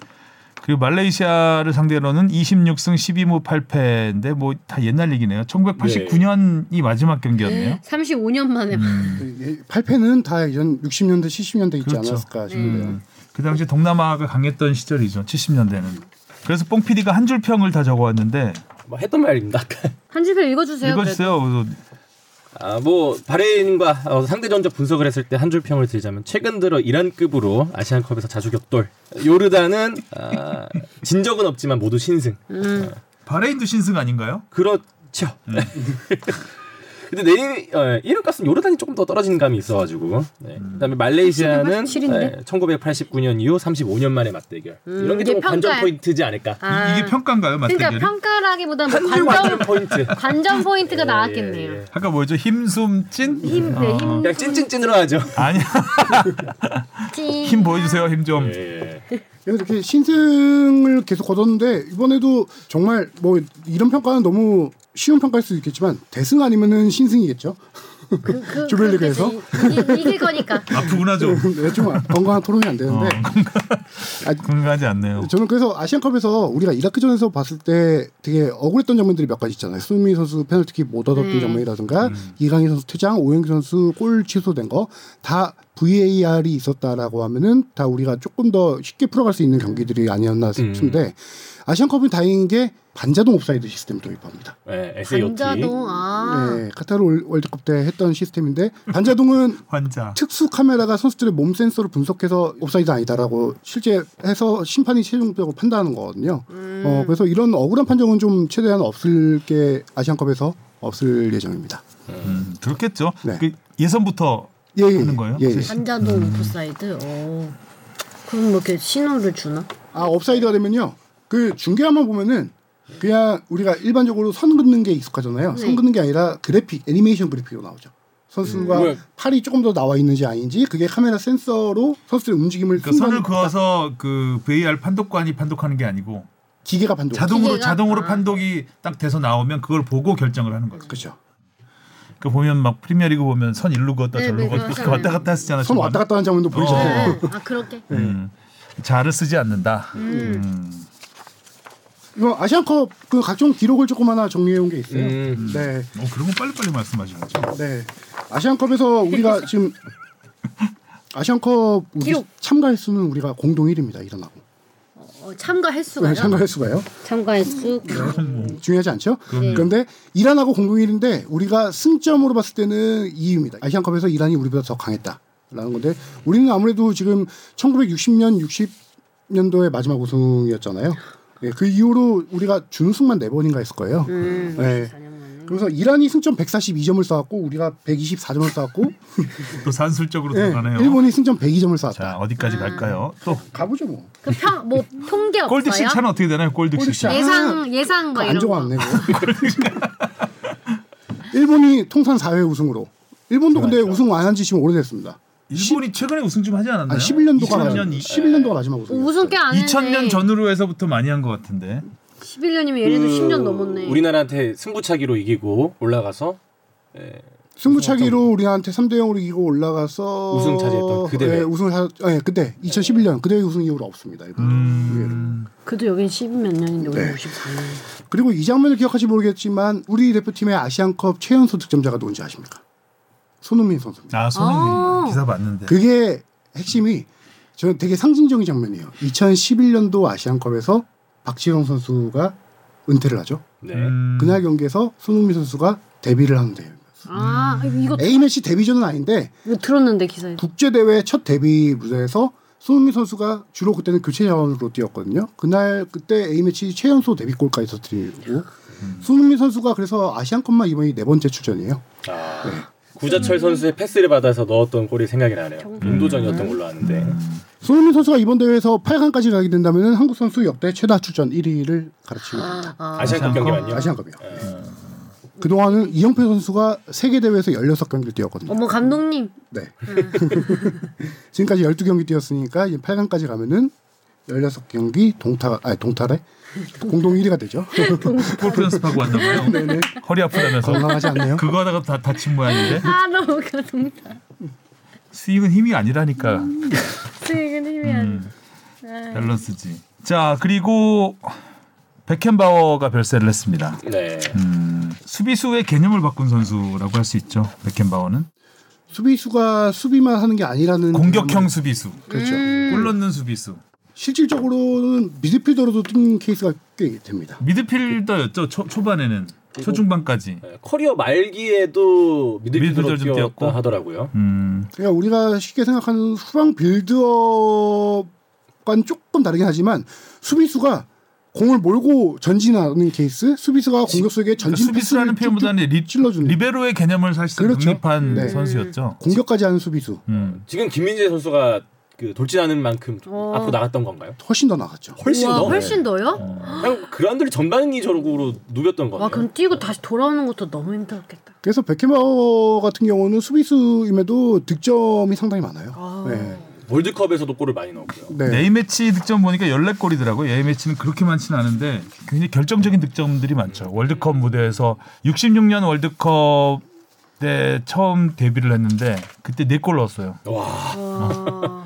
그리고 말레이시아를 상대로는 26승 12무 8패인데 뭐 다 옛날 얘기네요. 1989년이 마지막 경기였네요. 35년 만에 그 8패는 다 이전 60년대, 70년대 있지 그렇죠. 않았을까 싶은데요. 그 당시 동남아가 강했던 시절이죠. 70년대는. 그래서 뽕 PD가 한 줄 평을 다 적어왔는데 뭐 했던 말입니다. 아까. 한 집에 읽어주세요. 읽어주세요. 그래서 아, 뭐 바레인과 어, 상대 전적 분석을 했을 때 한 줄 평을 드리자면 최근 들어 이란급으로 아시안컵에서 자주 격돌. 요르단은 아, 진 적은 없지만 모두 신승. 그래도. 음. 바레인도 신승 아닌가요? 그렇죠. 근데 내일 어, 이름값은 요르단이 조금 더 떨어지는 감이 있어가지고 네. 그다음에 말레이시아는 네, 87인데? 음, 1989년 이후 35년 만에 맞대결 이런 이게 게 조금 관전 평가야. 포인트지 않을까 아. 이, 게 평가인가요? 그러니까 맞대결이? 평가라기보다 뭐 한줄 관전 관점 포인트 관점 포인트가 예, 예, 예. 나왔겠네요. 아까 뭐였죠? 힘숨 찐? 힘, 네, 힘, 그냥 찐찐찐으로 하죠 아니야. 힘 뭐? 보여주세요. 힘 좀. 예. 이렇게 신승을 계속 거뒀는데 이번에도 정말 뭐 이런 평가는 너무 쉬운 평가일 수도 있겠지만 대승 아니면은 신승이겠죠. 그, 그, 조별리그에서? 그, 그, 이- 이길 거니까. 아프구나 좀. 네, 좀 건강한 토론이 안 되는데 어, 건강하지 않네요. 어. 저는 그래서 아시안컵에서 우리가 이라크전에서 봤을 때 되게 억울했던 장면들이 몇 가지 있잖아요. 수미 선수 페널티킥 못 얻었던 음. 장면이라든가 이강인 선수 퇴장, 오영규 선수 골 취소된 거 다 VAR이 있었다라고 하면은 다 우리가 조금 더 쉽게 풀어갈 수 있는 경기들이 아니었나 음. 싶은데 아시안컵은 다행인 게 반자동 옵사이드 시스템 도입합니다. 예, SAOT 반자동 아 네, 카타르 월- 월드컵 때 했던 시스템인데 반자동은 환자. 특수 카메라가 선수들의 몸 센서로 분석해서 옵사이드 아니다라고 실제 해서 심판이 최종적으로 판단하는 거거든요. 음. 어, 그래서 이런 억울한 판정은 좀 최대한 없을 게 아시안컵에서 없을 예정입니다. 음, 그렇겠죠. 네. 그 예선부터 예, 예, 하는 거예요? 예, 예. 반자동 오프사이드. 오. 그럼 뭐 이렇게 신호를 주나? 아, 옵사이드가 되면요. 그 중계화만 보면은 그냥 우리가 일반적으로 선 긋는 게 익숙하잖아요. 네. 선 긋는 게 아니라 그래픽, 애니메이션 그래픽으로 나오죠. 선수가 음. 팔이 조금 더 나와 있는지 아닌지 그게 카메라 센서로 선수의 움직임을 그러니까 선을 순간 그어서 그 VR 판독관이 판독하는 게 아니고 기계가 반동. 자동으로 기계가? 자동으로 아. 판독이 딱 돼서 나오면 그걸 보고 결정을 하는 거죠. 그렇죠. 그 보면 막 프리미어리그 보면 선 일로 걷다 네, 절로 네, 걷다 그렇잖아요. 왔다 갔다 하시잖아. 선 왔다 갔다 하는 장면도 보이잖아요. 네. 아 그렇게. 음. 자를 쓰지 않는다. 음. 음. 이거 아시안컵 그 각종 기록을 조금 하나 정리해 온 게 있어요. 음. 네. 어, 그런 건 빨리빨리 말씀하시는 거죠. 네. 아시안컵에서 우리가 지금 아시안컵 우리 기록. 참가 횟수는 우리가 공동 1위입니다. 일어나고. 어, 참가 네, 횟수가요? 참가 횟수가요. 참가 횟수. 중요하지 않죠? 네. 그런데 이란하고 공동 1위인데 우리가 승점으로 봤을 때는 2위입니다. 아시안컵에서 이란이 우리보다 더 강했다라는 건데 우리는 아무래도 지금 1960년 60년도에 마지막 우승이었잖아요. 예, 그 이후로 우리가 준우승만 네 번인가 했을 거예요. 음. 네. 그래서 이란이 승점 142점을 쌓았고 우리가 124점을 네. 쌓았고 또 산술적으로 예, 들어가네요. 일본이 승점 102점을 자 쌓았다. 아. 어디까지 갈까요? 또 가보죠 뭐. 그평뭐 통계 없어요? 골드 시차는 어떻게 되나요? 골드 골드 시차. 시차. 예상 예상 뭐 안 이런 거. 좋아하네. 그거. 그러니까. 일본이 통산 4회 우승으로. 일본도 근데 그렇죠. 우승 안 한 지 지금 오래됐습니다. 일본이 최근에 우승 좀 하지 네. 않았나요? 아, 11년도가 2000년 이- 11년도가 마지막 우승. 우승 꽤안 아, 했네. 2000년 전으로 해서부터 많이 한 것 같은데. 11년이면 얘네도 10년 넘었네. 음. 우리나라한테 승부차기로 이기고 올라가서 예. 승부차기로 우리한테 3대 0으로 이기고 올라가서 우승 차지했던 그 대회. 예, 우승을 하, 예, 그때 2011년 그대회 우승 이후로 없습니다. 일본은. 의외로. 음. 그래도 여긴 10몇 년인데 우리 54년. 그리고 이 장면을 기억하실지 모르겠지만 우리 대표팀의 아시안컵 최연소 득점자가 누군지 아십니까? 손흥민 선수. 아 손흥민 아. 기사 봤는데. 그게 핵심이 저는 되게 상징적인 장면이에요. 2011년도 아시안컵에서 박지성 선수가 은퇴를 하죠. 네. 음. 그날 경기에서 손흥민 선수가 데뷔를 하는데요. 아 이거 A 매치 데뷔전은 아닌데 이거 들었는데 기사에서. 국제 대회 첫 데뷔 무대에서 손흥민 선수가 주로 그때는 교체 자원으로 뛰었거든요. 그날 그때 A 매치 최연소 데뷔골까지 터뜨리고 손흥민 선수가 그래서 아시안컵만 이번이 네 번째 출전이에요. 아, 구자철 선수의 패스를 받아서 넣었던 골이 생각이 나네요. 인도전이었던 걸로 아는데. 음. 손흥민 선수가 이번 대회에서 8강까지 가게 된다면 한국 선수 역대 최다 출전 1위를 가르칩니다. 아, 아시안컵 아시안컵? 경기만요. 아시안컵이요. 네. 그동안은 이영표 선수가 세계 대회에서 16경기를 뛰었거든요. 어머 감독님. 네. 지금까지 12경기 뛰었으니까 이제 8강까지 가면은 16경기 동타 아니 동타래. 공동 1위가 되죠. 골프 연습하고 왔나봐요. 네, 허리 아프다면서. 건강하지 않네요. 그거 하다가 다 다친 모양인데. 아 너무 감동이다. 수익은 힘이 아니라니까. 수익은 힘이 안. 밸런스지. 자 그리고 백켄바워가 별세를 했습니다. 네. 음, 수비수의 개념을 바꾼 선수라고 할 수 있죠. 백켄바워는 수비수가 수비만 하는 게 아니라는 공격형 수비수, 음. 그렇죠. 골 넣는 수비수, 실질적으로는 미드필더로도 뛴 케이스가 꽤 됩니다. 미드필더였죠. 초, 초반에는 초중반까지. 예, 커리어 말기에도 미드필더로 미드필더로 좀 뛰었다 뛰었고. 하더라고요. 음, 그러니까 우리가 쉽게 생각하는 후방 빌드업과는 조금 다르긴 하지만 수비수가 공을 몰고 전진하는 케이스, 수비수가 공격수에게 그러니까 전진 수비수라는 패스를 쭉쭉 표현보다는 리, 찔러주는 리베로의 개념을 사실상 그렇죠. 독립한 네. 선수였죠. 공격까지 하는 수비수 음. 지금 김민재 선수가 그 돌진하는 만큼 좀 어. 앞으로 나갔던 건가요? 훨씬 더 나갔죠. 훨씬 와, 더. 네. 훨씬 더요? 그냥 그란들이 전반이 저러고 누볐던 거네요. 와 그럼 뛰고 다시 돌아오는 것도 너무 힘들었겠다. 그래서 베케마워 같은 경우는 수비수임에도 득점이 상당히 많아요. 아. 네. 월드컵에서도 골을 많이 넣었고요. 네. A 매치 득점 보니까 14골이더라고요. A 매치는 그렇게 많지는 않은데 굉장히 결정적인 득점들이 많죠. 월드컵 무대에서 66년 월드컵 때 처음 데뷔를 했는데 그때 4골 넣었어요. 와. 와. 뭐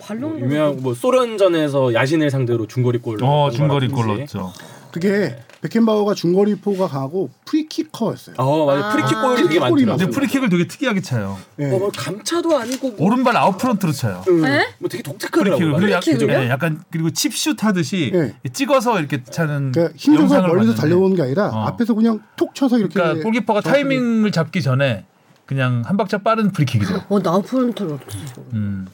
발롱 유명한 뭐 소련전에서 야신을 상대로 중거리 골. 어, 중거리 골 넣었죠. 그게 베켄바워가 중거리포가 강하고 프리키커였어요. 아 맞아. 프리킥 골이 되게 프리킥 골이 많더라고요. 근데 프리킥을 네. 되게 특이하게 차요. 예. 어, 뭐 감차도 아니고 뭐, 오른발 아웃프런트로 차요. 음, 에? 뭐 프리킥을 되게 독특하더라고요. 그리고 약, 프리킥을요? 네, 약간 그리고 칩슛 하듯이 네. 찍어서 이렇게 차는 그러니까 힘줘서 영상을 멀리서 봤는데 달려오는 게 아니라 어. 앞에서 그냥 톡 쳐서 이렇게 그러니까 골키퍼가 정확하게- 타이밍을 잡기 전에 그냥 한 박자 빠른 프리킥이죠. 어, 나프런트를 어떻게 줘? 음.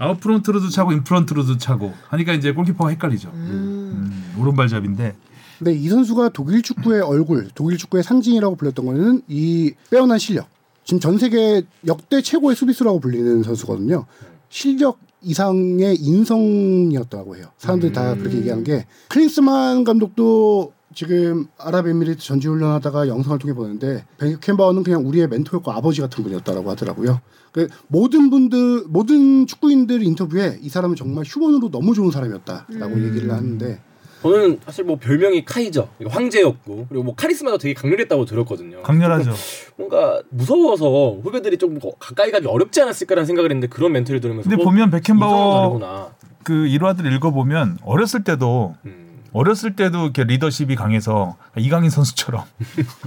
아웃프론트로도 차고 인프런트로도 차고 하니까 이제 골키퍼가 헷갈리죠. 음. 음, 오른발잡인데 근데 이 선수가 독일 축구의 얼굴, 독일 축구의 상징이라고 불렸던 거는 이 빼어난 실력. 지금 전 세계 역대 최고의 수비수라고 불리는 선수거든요. 실력 음. 이상의 인성이었다고 해요. 사람들이 다 그렇게 얘기하는 게 클린스만 감독도 지금 아랍에미리트 전지훈련하다가 영상을 통해 보는데 베켄바우는 그냥 우리의 멘토였고 아버지 같은 분이었다라고 하더라고요. 그 모든 분들 모든 축구인들 인터뷰에 이 사람은 정말 휴먼으로 너무 좋은 사람이었다라고 얘기를 하는데 저는 사실 뭐 별명이 카이저, 그리고 황제였고 그리고 뭐 카리스마도 되게 강렬했다고 들었거든요. 강렬하죠. 뭔가 무서워서 후배들이 좀 거- 가까이 가기 어렵지 않았을까라는 생각을 했는데 그런 멘트를 들으면서 근데 뭐 어, 보면 인성은 베켄바워 다르구나. 그 일화들 읽어보면 어렸을 때도 음. 어렸을 때도 이렇게 리더십이 강해서 이강인 선수처럼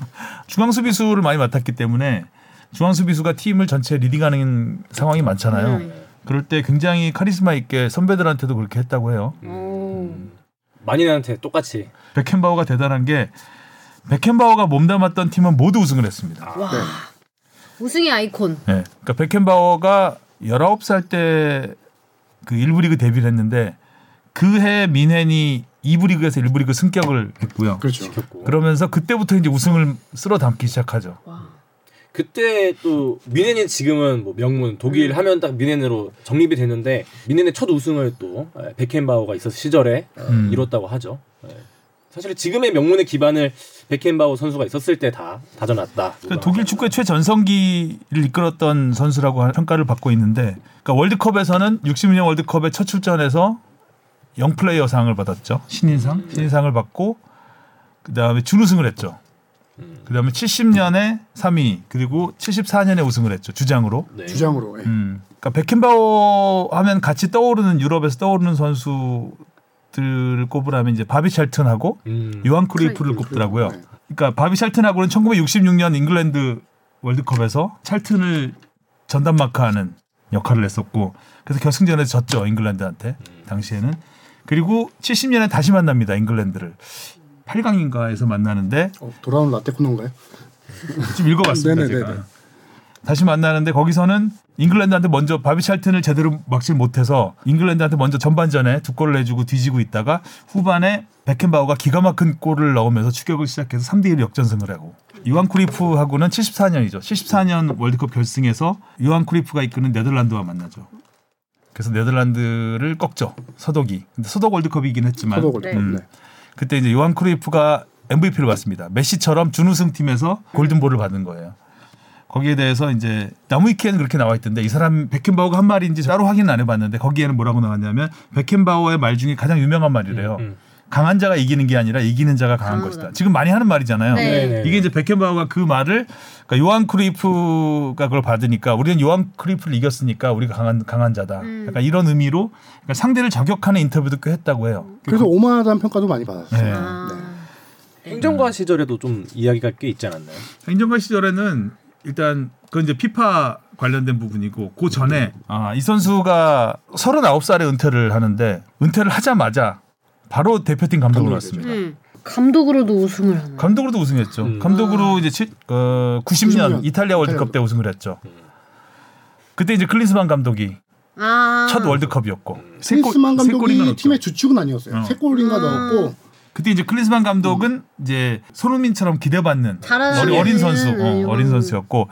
중앙 수비수를 많이 맡았기 때문에 중앙 수비수가 팀을 전체 리딩하는 상황이 많잖아요. 음. 그럴 때 굉장히 카리스마 있게 선배들한테도 그렇게 했다고 해요. 오. 마니나한테 똑같이 베켄바워가 대단한 게 베켄바워가 몸담았던 팀은 모두 우승을 했습니다. 와. 우승의 아이콘. 예. 그러니까 베켄바워가 19살 때 그 1부 리그 데뷔를 했는데 그 해 민헨이 2부 리그에서 1부 리그 승격을 했고요. 그렇죠. 지켰고 그러면서 그때부터 이제 우승을 쓸어 담기 시작하죠. 와. 그때 또 미넨이 지금은 뭐 명문 음. 독일 하면 딱 미넨으로 정립이 됐는데 미넨의 첫 우승을 또 에, 베켄바우가 있었을 시절에 에, 음. 이뤘다고 하죠. 에, 사실 지금의 명문의 기반을 베켄바우 선수가 있었을 때 다 다져놨다. 그러니까 독일 축구의 최전성기를 이끌었던 선수라고 하- 평가를 받고 있는데 그러니까 월드컵에서는 60년 월드컵에 첫 출전해서 영플레이어 상을 받았죠. 신인상. 네. 신인상을 받고 그다음에 준우승을 했죠. 그다음에 70년에 3위 그리고 74년에 우승을 했죠. 주장으로. 네. 주장으로 예. 음. 그러니까 베켄바워 하면 같이 떠오르는 유럽에서 떠오르는 선수들을 꼽으라면 이제 바비 찰튼하고 음. 요한 크루이프를 꼽더라고요. 네. 그러니까 바비 찰튼하고는 1966년 잉글랜드 월드컵에서 찰튼을 전담 마크하는 역할을 했었고 그래서 결승전에서 졌죠 잉글랜드한테 당시에는 그리고 70년에 다시 만납니다 잉글랜드를 8강인가에서 만나는데 어, 돌아온 라떼코노인가요? 지금 읽어봤습니다 네네네네. 제가 다시 만나는데 거기서는 잉글랜드한테 먼저 바비 찰튼을 제대로 막질 못해서 잉글랜드한테 먼저 전반전에 두 골을 내주고 뒤지고 있다가 후반에 베켄바우가 기가 막힌 골을 넣으면서 추격을 시작해서 3대 1 역전승을 하고 요한 크리프하고는 74년이죠. 74년 월드컵 결승에서 요한 크리프가 이끄는 네덜란드와 만나죠. 그래서 네덜란드를 꺾죠. 서독이. 근데 서독 월드컵이긴 했지만 포도 걸렸 음. 네. 그때 이제 요한 크루이프가 MVP를 받습니다. 메시처럼 준우승 팀에서 골든볼을 받은 거예요. 거기에 대해서 이제 나무위키에는 그렇게 나와 있던데 이 사람 베켄바우가 한 말인지 따로 확인은 안 해봤는데 거기에는 뭐라고 나왔냐면 베켄바우의 말 중에 가장 유명한 말이래요. 음. 강한 자가 이기는 게 아니라 이기는 자가 강한 강하다. 것이다. 지금 많이 하는 말이잖아요. 네. 네네. 이게 이제 베켄바우가 그 말을 그러니까 요한 크루이프가 그걸 받으니까 우리는 요한 크루이프를 이겼으니까 우리가 강한 강한 자다. 음. 약간 이런 의미로 그러니까 상대를 저격하는 인터뷰도 꽤 했다고 해요. 그래서 오만하다는 평가도 많이 받았어요. 네. 아. 행정관 시절에도 좀 이야기가 꽤 있지 않았나요? 행정관 시절에는 일단 그건 이제 피파 관련된 부분이고 그 전에 아, 이 선수가 39살에 은퇴를 하는데 은퇴를 하자마자 바로 대표팀 감독으로 감독이 왔습니다. 음. 감독으로도 우승을 하나. 감독으로도 우승했죠. 음. 감독으로 이제 칠- 어, 90년, 90년 음. 이탈리아 월드컵 때 우승을 했죠. 그때 이제 클린스만 감독이 아. 첫 월드컵이었고 세 골- 크리스만 세 골이나 음. 감독이 넣었죠. 팀의 주축은 아니었어요. 어. 세 골인가 넣었고 그때 이제 클린스만 감독은 이제 손흥민처럼 기대받는 잘하는 어린, 어린 애는 선수, 아니고. 어, 린 선수였고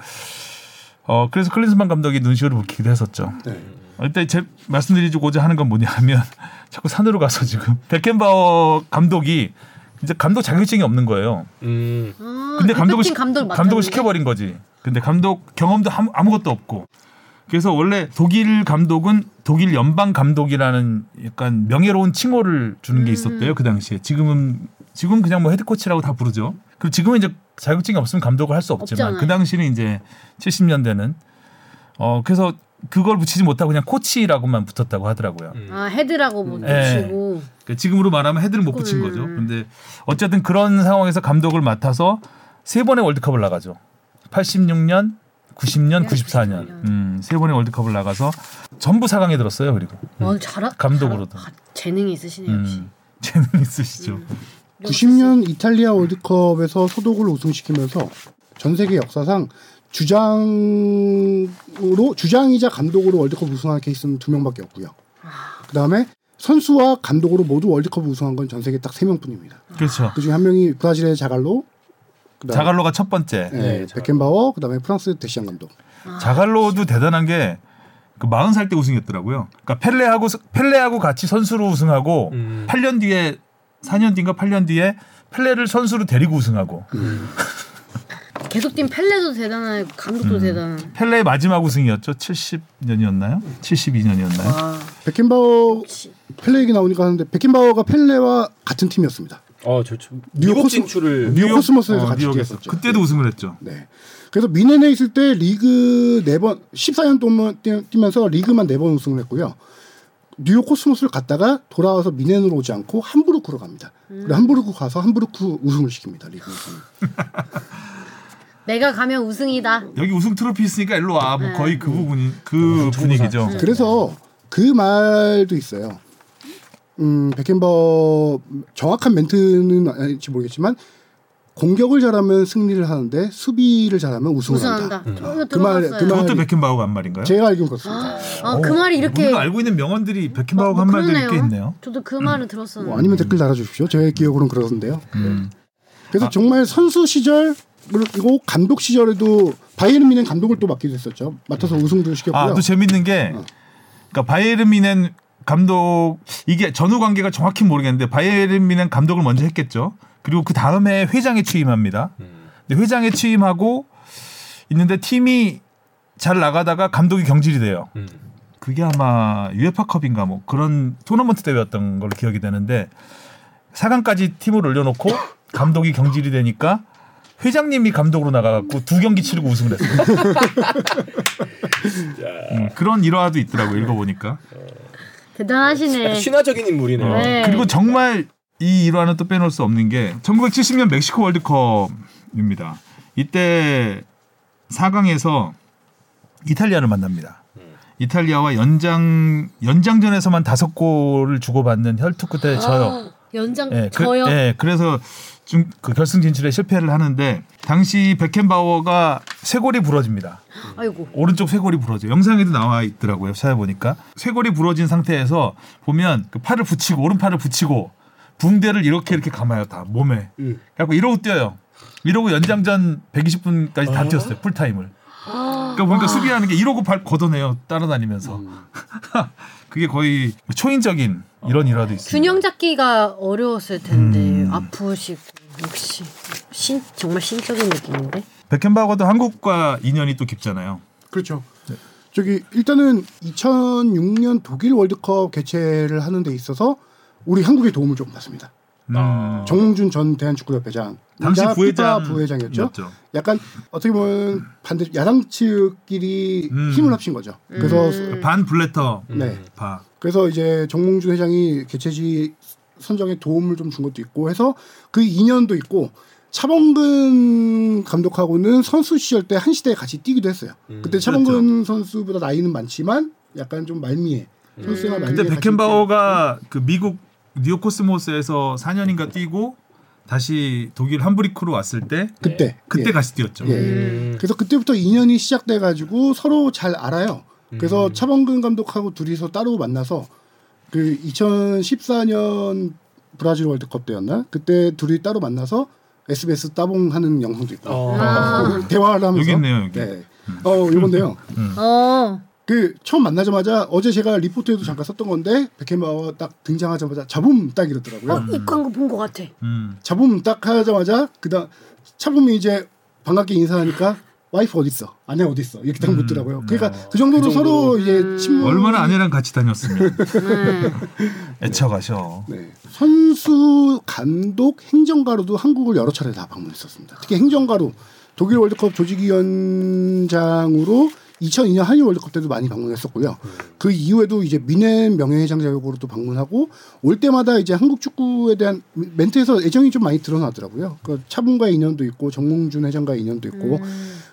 어 그래서 클린스만 감독이 눈시울을 붉히기도 했었죠. 네. 어, 일단 제 말씀드리고자 하는 건 뭐냐면 자꾸 산으로 가서 지금 베켄바워 감독이 이제 감독 자격증이 없는 거예요. 음. 아, 근데 대표팀 감독을 시- 감독을 감독을 맡았는데? 시켜버린 거지. 근데 감독 경험도 아무- 아무것도 없고. 그래서 원래 독일 감독은 독일 연방 감독이라는 약간 명예로운 칭호를 주는 음. 게 있었대요 그 당시에. 지금은 지금 그냥 뭐 헤드코치라고 다 부르죠. 그리고 지금은 이제 자격증이 없으면 감독을 할 수 없지만 없잖아요. 그 당시는 이제 70년대는 어 그래서 그걸 붙이지 못하고 그냥 코치라고만 붙었다고 하더라고요. 아 헤드라고 뭐 네. 붙이고. 그러니까 지금으로 말하면 헤드를 못 붙인 음. 거죠. 근데 어쨌든 그런 상황에서 감독을 맡아서 세 번의 월드컵을 나가죠. 86년, 90년, 94년. 음, 세 번의 월드컵을 나가서 전부 4강에 들었어요. 그리고 와 아, 잘하. 음. 감독으로도. 잘하- 아, 재능이 있으시네요 역시. 음, 재능 있으시죠. 90년 이탈리아 월드컵에서 소독을 우승시키면서 전 세계 역사상 주장으로 주장이자 감독으로 월드컵 우승한 케이스는 두 명밖에 없고요. 그다음에 선수와 감독으로 모두 월드컵 우승한 건 전 세계 딱 세 명뿐입니다. 그렇죠. 그중에 한 명이 브라질의 자갈로, 그다음에 자갈로가 첫 번째. 예, 네, 자갈로. 베켄바워, 그다음에 프랑스 데시안 감독. 자갈로도 대단한 게 그 40살 때 우승했더라고요. 그러니까 펠레하고 스- 펠레하고 같이 선수로 우승하고 음. 8년 뒤에 4년 뒤인가 8년 뒤에 펠레를 선수로 데리고 우승하고 계속 뛴 펠레도 대단하고 감독도 음. 대단한. 펠레의 마지막 우승이었죠. 70년이었나요? 72년이었나요? 와. 베켄바워 펠레 얘기 나오니까 하는데 베켄바워가 펠레와 같은 팀이었습니다. 어, 저, 저 뉴욕 미국 코스- 진출을 뉴욕 코스모스에서 같이 어, 뉴욕에서 뛰었었죠. 그때도 우승을 했죠. 네. 그래서 미넨에 있을 때 리그 네번 14년 동안 뛰- 뛰면서 리그만 네 번 우승을 했고요. 뉴욕 코스모스를 갔다가 돌아와서 미넨으로 오지 않고 함부르크로 갑니다. 그리고 함부르크 가서 함부르크 우승을 시킵니다. 리그 우승. 내가 가면 우승이다. 여기 우승 트로피 있으니까 일로 와. 뭐 네. 거의 그 부분이 그 청구사. 분위기죠. 네. 그래서 그 말도 있어요. 음, 백햄버 정확한 멘트는 아닐지 모르겠지만 공격을 잘하면 승리를 하는데 수비를 잘하면 우승을 우승한다. 한다. 처음에 그 말- 들어봤어요. 그 말- 그것도 베켄바우가 한 말인가요? 제가 알기로는 그렇습니다. 아, 그 말이 이렇게 우리가 어, 알고 있는 명언들이 베켄바우가 어, 한 말들이 그러네요. 꽤 있네요. 저도 그 말을 들었었는데. 뭐 아니면 댓글 달아주십시오. 제 기억으로는 그러는데요. 네. 음. 그래서 정말 선수 시절 그리고 감독 시절에도 바이에른 미넨 감독을 또 맡기도 했었죠. 맡아서 우승도 시켰고요. 어. 아, 또 재밌는 게 그러니까 바이에른 미넨 감독 이게 전후 관계가 정확히 모르겠는데 바이에른 미넨 감독을 먼저 했겠죠. 그리고 그 다음에 회장에 취임합니다. 근데 회장에 취임하고 있는데 팀이 잘 나가다가 감독이 경질이 돼요. 음. 그게 아마 유에파컵인가 뭐 그런 토너먼트 대회였던 걸로 기억이 되는데 4강까지 팀을 올려놓고 감독이 경질이 되니까 회장님이 감독으로 나가갖고 두 경기 치르고 우승을 했어요. 음, 그런 일화도 있더라고 요 읽어보니까. 대단하시네. 아, 약간 신화적인 인물이네요. 네. 그리고 정말 이 일화는 또 빼놓을 수 없는 게 1970년 멕시코 월드컵입니다. 이때 4강에서 이탈리아를 만납니다. 이탈리아와 연장 연장전에서만 다섯 골을 주고받는 혈투 끝에 아, 져요. 연장 예, 그, 저요. 예, 그래서 좀 그 결승 진출에 실패를 하는데 당시 베켄바워가 쇄골이 부러집니다. 아이고. 오른쪽 쇄골이 부러져. 영상에도 나와 있더라고요. 찾아보니까 쇄골이 부러진 상태에서 보면 그 팔을 붙이고 오른팔을 붙이고 붕대를 이렇게 이렇게 감아요 다 몸에. 음. 그래갖고 이러고 뛰어요. 이러고 연장전 120분까지 다 뛰었어요 풀타임을. 그러니까 보니까 수비하는 게 이러고 발 걷어내요 따라다니면서. 그게 거의 초인적인 이런 일화도 있어요. 균형 잡기가 어려웠을 텐데 음. 아프시고 역시 신 정말 신적인 느낌인데. 베켄바거도 한국과 인연이 또 깊잖아요. 그렇죠. 네. 저기 일단은 2006년 독일 월드컵 개최를 하는 데 있어서 우리 한국의 도움을 조금 받습니다. 아, 정홍준 전 대한축구협회장 당시 그러니까 부회장 피파 부회장이었죠. 약간 어떻게 보면 반대 야당 측끼리 음. 힘을 합친 거죠. 그래서 반 블레터 네. 파. 그래서 이제 정몽준 회장이 개최지 선정에 도움을 좀 준 것도 있고 해서 그 인연도 있고 차범근 감독하고는 선수 시절 때 한 시대에 같이 뛰기도 했어요. 음, 그때 그렇죠. 차범근 선수보다 나이는 많지만 약간 좀 말미에 선수가 말미에 근데 같이 베켄바워가 그 미국 뉴욕 코스모스에서 4년인가 뛰고 다시 독일 함부리크로 왔을 때 뛰- 그때 그때 예. 같이 뛰었죠. 예. 음. 음. 그래서 그때부터 인연이 시작돼 가지고 서로 잘 알아요. 그래서 음. 차범근 감독하고 둘이서 따로 만나서 그 2014년 브라질 월드컵 때였나? 그때 둘이 따로 만나서 SBS 따봉 하는 영상도 있고 어. 아. 대화를 하면서 여기 있네요, 여기. 음. 네. 어, 요건데요. 어. 그 처음 만나자마자 어제 제가 리포트에도 잠깐 썼던 건데 베켄바워 딱 등장하자마자 잡음 딱 이러더라고요. 어, 이 광고 본 것 같아. 음. 잡음 딱 하자마자 그다음 차범이 이제 반갑게 인사하니까 와이프 어디 있어? 아내 어디 있어? 이렇게 딱 묻더라고요. 그러니까 그 정도로 그 정도. 서로 이제 친분 얼마나 아내랑 같이 다녔으면 네. 애처가셔. 네. 선수, 감독, 행정가로도 한국을 여러 차례 다 방문했었습니다. 특히 행정가로 독일 월드컵 조직위원장으로 2002년 한일 월드컵 때도 많이 방문했었고요. 그 이후에도 이제 미넨 명예회장 자격으로 또 방문하고 올 때마다 이제 한국 축구에 대한 멘트에서 애정이 좀 많이 드러나더라고요. 그 차분과의 인연도 있고 정몽준 회장과의 인연도 있고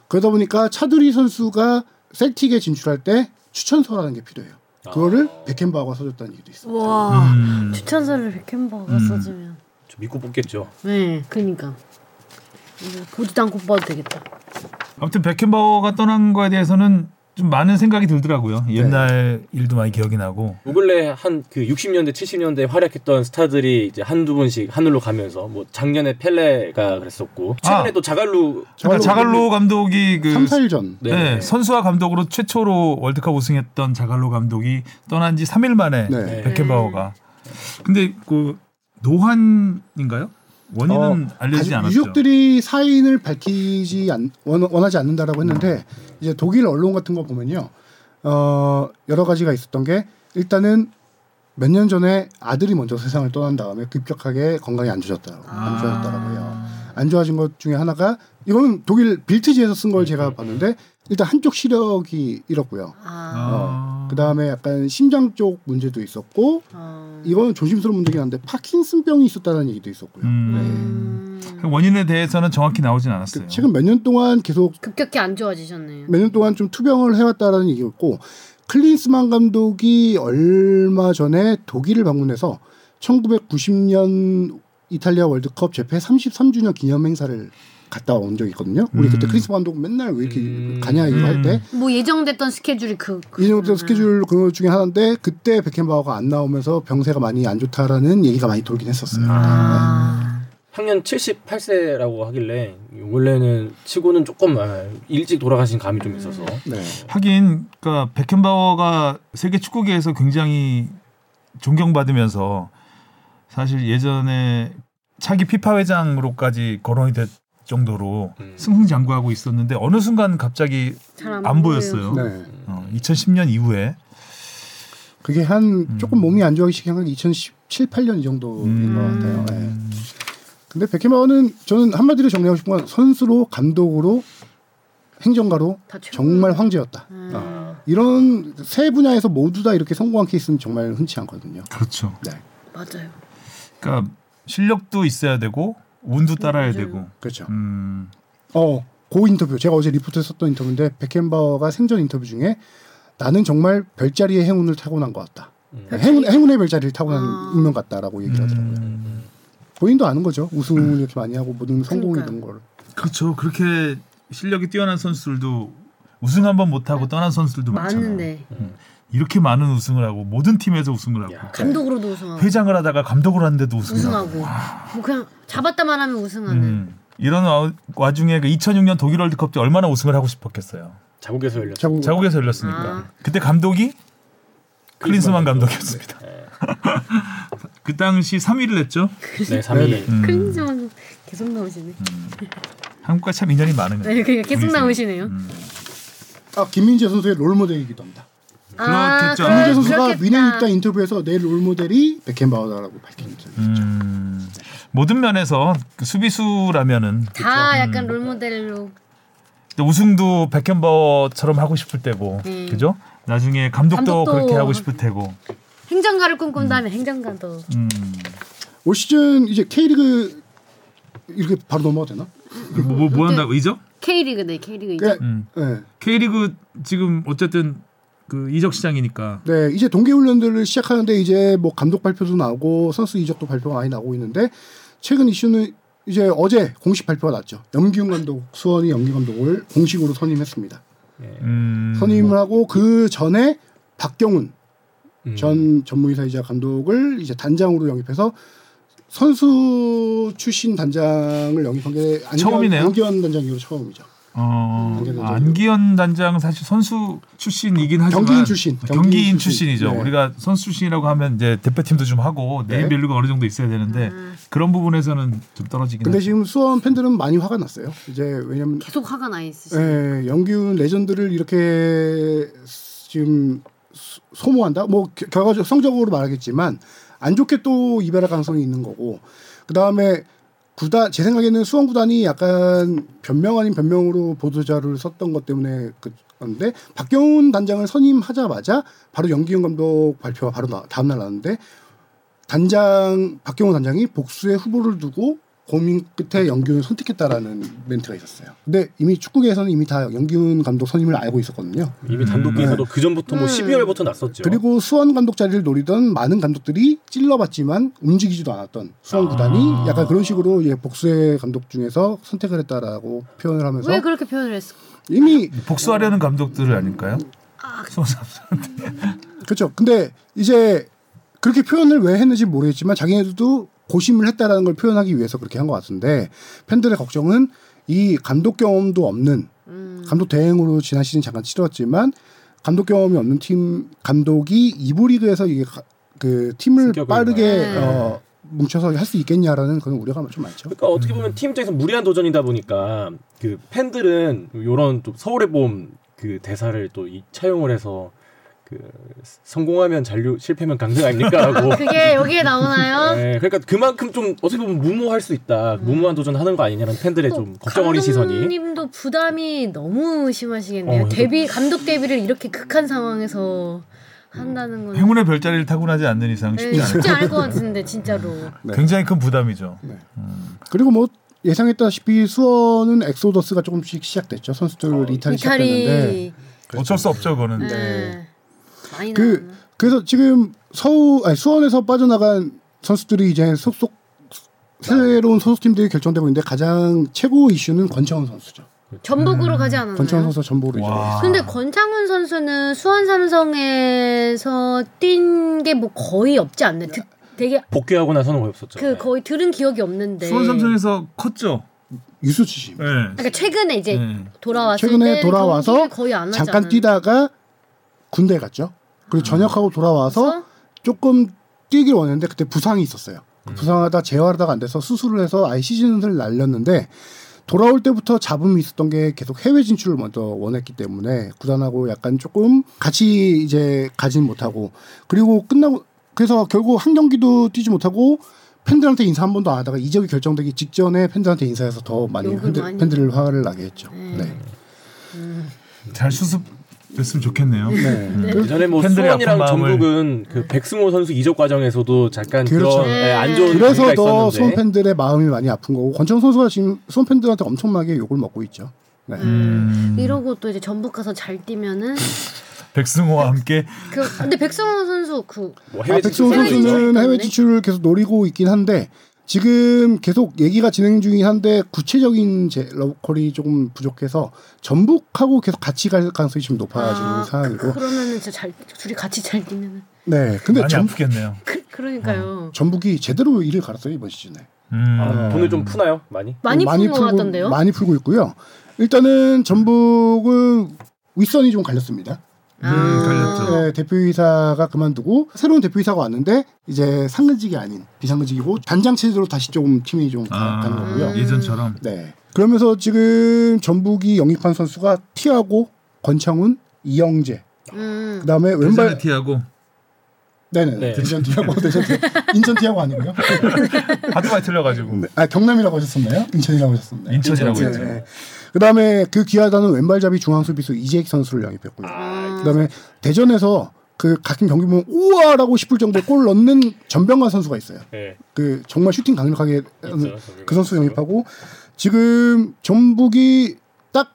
그러다 보니까 차두리 선수가 셀틱에 진출할 때 추천서라는 게 필요해요. 그거를 베켄바우가 써줬다는 얘기도 있어요. 와 음. 추천서를 베켄버가 써주면. 저 믿고 뽑겠죠. 네, 그니까. 이거 보지도 않고 봐도 되겠다. 아무튼 베켄바워가 떠난 거에 대해서는 좀 많은 생각이 들더라고요. 옛날 일도 많이 기억이 나고. 요 근래 한 그 60년대 70년대 활약했던 스타들이 이제 한두 분씩 하늘로 가면서 뭐 작년에 펠레가 그랬었고 최근에 아. 또 자갈루 그러니까 자갈로 감독이 그 3, 4일 전. 네. 네, 선수와 감독으로 최초로 월드컵 우승했던 자갈로 감독이 떠난 지 3일 만에 네. 베켄바워가 근데 그 노환인가요? 원인은 알려지지 가지- 않았죠. 어, 유족들이 사인을 밝히지 않, 원, 원하지 않는다라고 했는데 이제 독일 언론 같은 거 보면요 어, 여러 가지가 있었던 게 일단은 몇 년 전에 아들이 먼저 세상을 떠난 다음에 급격하게 건강이 안 좋아졌다고 안 좋아졌다라고 해요. 안 좋아진 것 중에 하나가 이거는 독일 빌트지에서 쓴 걸 제가 봤는데 일단 한쪽 시력이 잃었고요. 아. 아. 어, 그 다음에 약간 심장 쪽 문제도 있었고 어. 이거는 조심스러운 문제긴 한데 파킨슨병이 있었다는 얘기도 있었고요. 음. 원인에 대해서는 정확히 나오진 않았어요. 네. 그 최근 몇 년 동안 계속 급격히 안 좋아지셨네요. 몇 년 동안 좀 투병을 해왔다라는 얘기였고 클린스만 감독이 얼마 전에 독일을 방문해서 1990년 이탈리아 월드컵 재패 33주년 기념 행사를 갔다 온 적이 있거든요. 우리 음. 그때 클린스만 감독 맨날 왜 이렇게 음. 가냐 이거 할 때 뭐 예정됐던 스케줄이 그, 그 이정도 스케줄 그거 중에 하나인데 그때 베켄바우가 안 나오면서 병세가 많이 안 좋다라는 얘기가 많이 돌긴 했었어요. 아. 학년 78세라고 하길래 원래는 치고는 조금 아, 일찍 돌아가신 감이 좀 있어서 음, 네. 하긴 그러니까 베켄바워가 세계 축구계에서 굉장히 존경받으면서 사실 예전에 차기 피파 회장으로까지 거론이 될 정도로 음. 승승장구하고 있었는데 어느 순간 갑자기 잘안 안 보여요. 보였어요. 네. 어, 2010년 이후에 그게 한 조금 몸이 안 좋아하기 시작한 건 2017, 8년 이 정도인 것 같아요. 네. 근데 베케마우는 저는 한마디로 정리하고 싶은 건 선수로 감독으로 행정가로 다 최고. 정말 황제였다. 음. 어. 이런 세 분야에서 모두 다 이렇게 성공한 케이스는 정말 흔치 않거든요. 그렇죠. 네, 맞아요. 그러니까 실력도 있어야 되고 운도 네, 따라야 맞아요. 되고. 그렇죠. 음. 어, 고 인터뷰 제가 어제 리포트 썼던 인터뷰인데 베켄바워가 생전 인터뷰 중에 나는 정말 별자리의 행운을 타고난 것 같다. 음. 행운, 행운의 별자리를 타고난 아. 운명 같다라고 얘기를 하더라고요. 음. 본인도 아는 거죠. 우승을 음. 이렇게 많이 하고 모든 성공이 된 걸. 그렇죠. 그렇게 실력이 뛰어난 선수들도 우승 한 번 못 네. 하고 떠난 선수들도 많잖아요. 네. 맞는데 이렇게 많은 우승을 하고 모든 팀에서 우승을 하고 야. 감독으로도 우승하고 어. 회장을 하다가 감독을 하는데도 우승을 하고. 우승하고 뭐 그냥 잡았다만 하면 우승하는 음. 이런 와- 와중에 그 2006년 독일 월드컵 때 얼마나 우승을 하고 싶었겠어요. 자국에서 열렸 자국 자국에서 열렸으니까. 아. 그때 감독이 클린스만 감독이었습니다. 그 네, 그 당시 3위를 했죠. 네 3위. 음. 크림즈만 계속 나오시네. 음. 한국과 참 인연이 많은 네, 그게 계속 분이세요. 나오시네요. 음. 아 김민재 선수의 롤모델이기도 합니다. 아, 그렇겠죠. 그럴- 아, 김민재 선수가 그렇겠다. 위는 일단 인터뷰에서 내 롤모델이 베켄바우다라고 밝힌 적이 있죠. 음. 모든 면에서 그 수비수라면은 다 음. 약간 롤모델로 근데 우승도 백현버처럼 하고 싶을 때고 음. 그죠? 나중에 감독도, 감독도 그렇게 하고 싶을 테고. 행정가를 꿈꾼다면 행정가도 음. 올 시즌 이제 K리그 이렇게 바로 넘어가도 되나? 뭐, 뭐 한다고 이적? K리그네 K리그 이제 네, 음. 네. K리그 지금 어쨌든 그 이적 시장이니까 네, 이제 동계훈련들을 시작하는데 이제 뭐 감독 발표도 나오고 선수 이적도 발표가 많이 나오고 있는데 최근 이슈는 이제 어제 공식 발표가 났죠. 염기훈 감독 수원이 염기 감독을 공식으로 선임했습니다. 음. 선임을 하고 그 전에 박경훈 음. 전 전무이사이자 감독을 이제 단장으로 영입해서 선수 출신 단장을 영입한 게 안기현- 처음이네요? 안기현 단장 이후로 처음이죠. 어, 안기현 단장. 안기현 단장은 사실 선수 출신이긴 하지만 경기인 출신, 경기인 경기인 출신이죠. 출신. 네. 우리가 선수 출신이라고 하면 이제 대표팀도 좀 하고 네임 네. 밸류가 어느 정도 있어야 되는데 그런 부분에서는 좀 떨어지긴 근데 하죠. 지금 수원 팬들은 많이 화가 났어요. 이제 왜냐면 계속 화가 나 있으시. 예, 영기훈 레전드를 이렇게 지금 소- 소모한다. 뭐 겨- 결과적 성적으로 말하겠지만 안 좋게 또 이별할 가능성이 있는 거고. 그다음에 구단 제 생각에는 수원 구단이 약간 변명 아닌 변명으로 보도 자료를 썼던 것 때문에 그 건데 박경훈 단장을 선임하자마자 바로 영기훈 감독 발표가 바로 나- 다음 날 나왔는데 단장 박경호 단장이 복수의 후보를 두고 고민 끝에 영균을 선택했다라는 멘트가 있었어요. 근데 이미 축구계에서는 이미 다 영균 감독 선임을 알고 있었거든요. 이미 단독 기사도 그 전부터 뭐 음. 12월부터 났었죠. 그리고 수원 감독 자리를 노리던 많은 감독들이 찔러봤지만 움직이지도 않았던 수원 구단이 약간 그런 식으로 예, 복수의 감독 중에서 선택을 했다라고 표현을 하면서 왜 그렇게 표현을 했을까? 이미 복수하려는 감독들 아닐까요? 손사- 그렇죠. 근데 이제 그렇게 표현을 왜 했는지 모르겠지만 자기네들도 고심을 했다라는 걸 표현하기 위해서 그렇게 한 것 같은데 팬들의 걱정은 이 감독 경험도 없는 감독 대행으로 지난 시즌 잠깐 치렀지만 감독 경험이 없는 팀 감독이 이부 리그에서 이게 가- 그 팀을 승격을 빠르게 네. 어, 뭉쳐서 할 수 있겠냐라는 그런 우려가 좀 많죠. 그러니까 어떻게 보면 팀 입장에서 무리한 도전이다 보니까 그 팬들은 요런 또 서울의 봄 그 대사를 또 이, 차용을 해서 그 성공하면 잔류 실패면 강등 아닙니까 하고 그게 여기에 나오나요? 네, 그러니까 그만큼 좀 어떻게 보면 무모할 수 있다 무모한 도전 하는 거 아니냐는 팬들의 좀그 걱정 어린 시선이 감독님도 부담이 너무 심하시겠네요. 어, 데뷔 감독 데뷔를 이렇게 극한 상황에서 한다는 건 행운의 별자리를 타고나지 않는 이상 네, 쉽지 않아요. 쉽지 않을 것 같은데 진짜로. 네. 굉장히 큰 부담이죠. 그리고 뭐 예상했다시피 수원은 엑소더스가 조금씩 시작됐죠. 선수들 어, 이탈이 시작됐는데 이탈이 그렇죠. 어쩔 수 없죠, 네. 그거는. 네. 많이 그 나왔나? 그래서 지금 서울 아니, 수원에서 빠져나간 선수들이 이제 속속 새로운 소속팀들이 결정되고 있는데 가장 최고 이슈는 권창훈 선수죠. 전북으로 가지 않았나요? 권창훈 선수 전보로 이제 와. 근데 권창훈 선수는 수원 삼성에서 뛴 게 뭐 거의 없지 않나요? 드- 되게 복귀하고 나서는 거의 없었죠. 그 거의 들은 기억이 없는데. 네. 수원 삼성에서 컸죠. 유수 출신. 예. 그러니까 최근에 이제 네. 돌아왔을 최근에 때 돌아와서 경기를 거의 안 하지 잠깐 않았나요? 뛰다가 군대 갔죠. 그리고 전역하고 돌아와서 그래서? 조금 뛰길 원했는데 그때 부상이 있었어요. 그 음. 부상하다 재활하다가 안 돼서 수술을 해서 아예 시즌을 날렸는데 돌아올 때부터 잡음이 있었던 게 계속 해외 진출을 먼저 원했기 때문에 구단하고 약간 조금 같이 이제 가진 못하고 그리고 끝나고 그래서 결국 한 경기도 뛰지 못하고 팬들한테 인사 한 번도 안 하다가 이적이 결정되기 직전에 팬들한테 인사해서 더 많이 욕을 팬들, 많이 팬들을 화를 나게 했죠. 음. 네. 잘 수습됐으면 좋겠네요. 네. 전에 뭐 팬들의 수원이랑 아픈 마음을- 전북은 그 백승호 선수 이적 과정에서도 잠깐 그 그렇죠. 런 네, 안 좋은 그래서 얘기가 더 수원 있었는데 팬들의 마음이 많이 아픈 거고 권창훈 선수가 지금 수원 팬들한테 엄청나게 욕을 먹고 있죠. 네. 음, 이러고 또 이제 전북 가서 잘 뛰면은 백승호와 함께 그 근데 백성호 선수 그 뭐 아, 해외 백승호 해외 진출 선수는 때문에? 해외 진출을 계속 노리고 있긴 한데 지금 계속 얘기가 진행 중이긴 한데 구체적인 제 러브콜이 조금 부족해서 전북하고 계속 같이 갈 가능성이 지금 높아지는 아, 상황이고 그러면은 진짜 잘 둘이 같이 잘 뛰면은 네 근데 많이 전, 아프겠네요. 그, 그러니까요. 전북이 제대로 일을 갈았어요 이번 시즌에 음. 아, 돈을 좀 푸나요 많이? 많이 푼 것 풀고- 같던데요. 많이 풀고 있고요 일단은 전북은 윗선이 좀 갈렸습니다 아. 음, 갈렸죠. 네, 대표이사가 그만두고 새로운 대표이사가 왔는데 이제 상근직이 아닌 비상근직이고 단장 체제로 다시 조금 팀이 좀 가- 아, 가는 거고요. 예전처럼 네. 그러면서 지금 전북이 영입한 선수가 티아고, 권창훈, 이영재. 음. 그다음에 왼발 벤자네티하고 네네. 네. 대전 티아고, 대전 티 인천 티아고 아니고요. 하도가 틀려가지고 네. 아 경남이라고 하셨었나요? 인천이라고 하셨었나요? 인천이라고 네. 했죠. 네. 그다음에 그 귀하다는 왼발잡이 중앙 수비수 이재익 선수를 영입했고요. 그다음에 대전에서 그 가끔 경기 보면 우와라고 싶을 정도로 골 넣는 전병관 선수가 있어요. 네. 그 정말 슈팅 강력하게 하는 전병관 그 선수 선수. 영입하고 지금 전북이 딱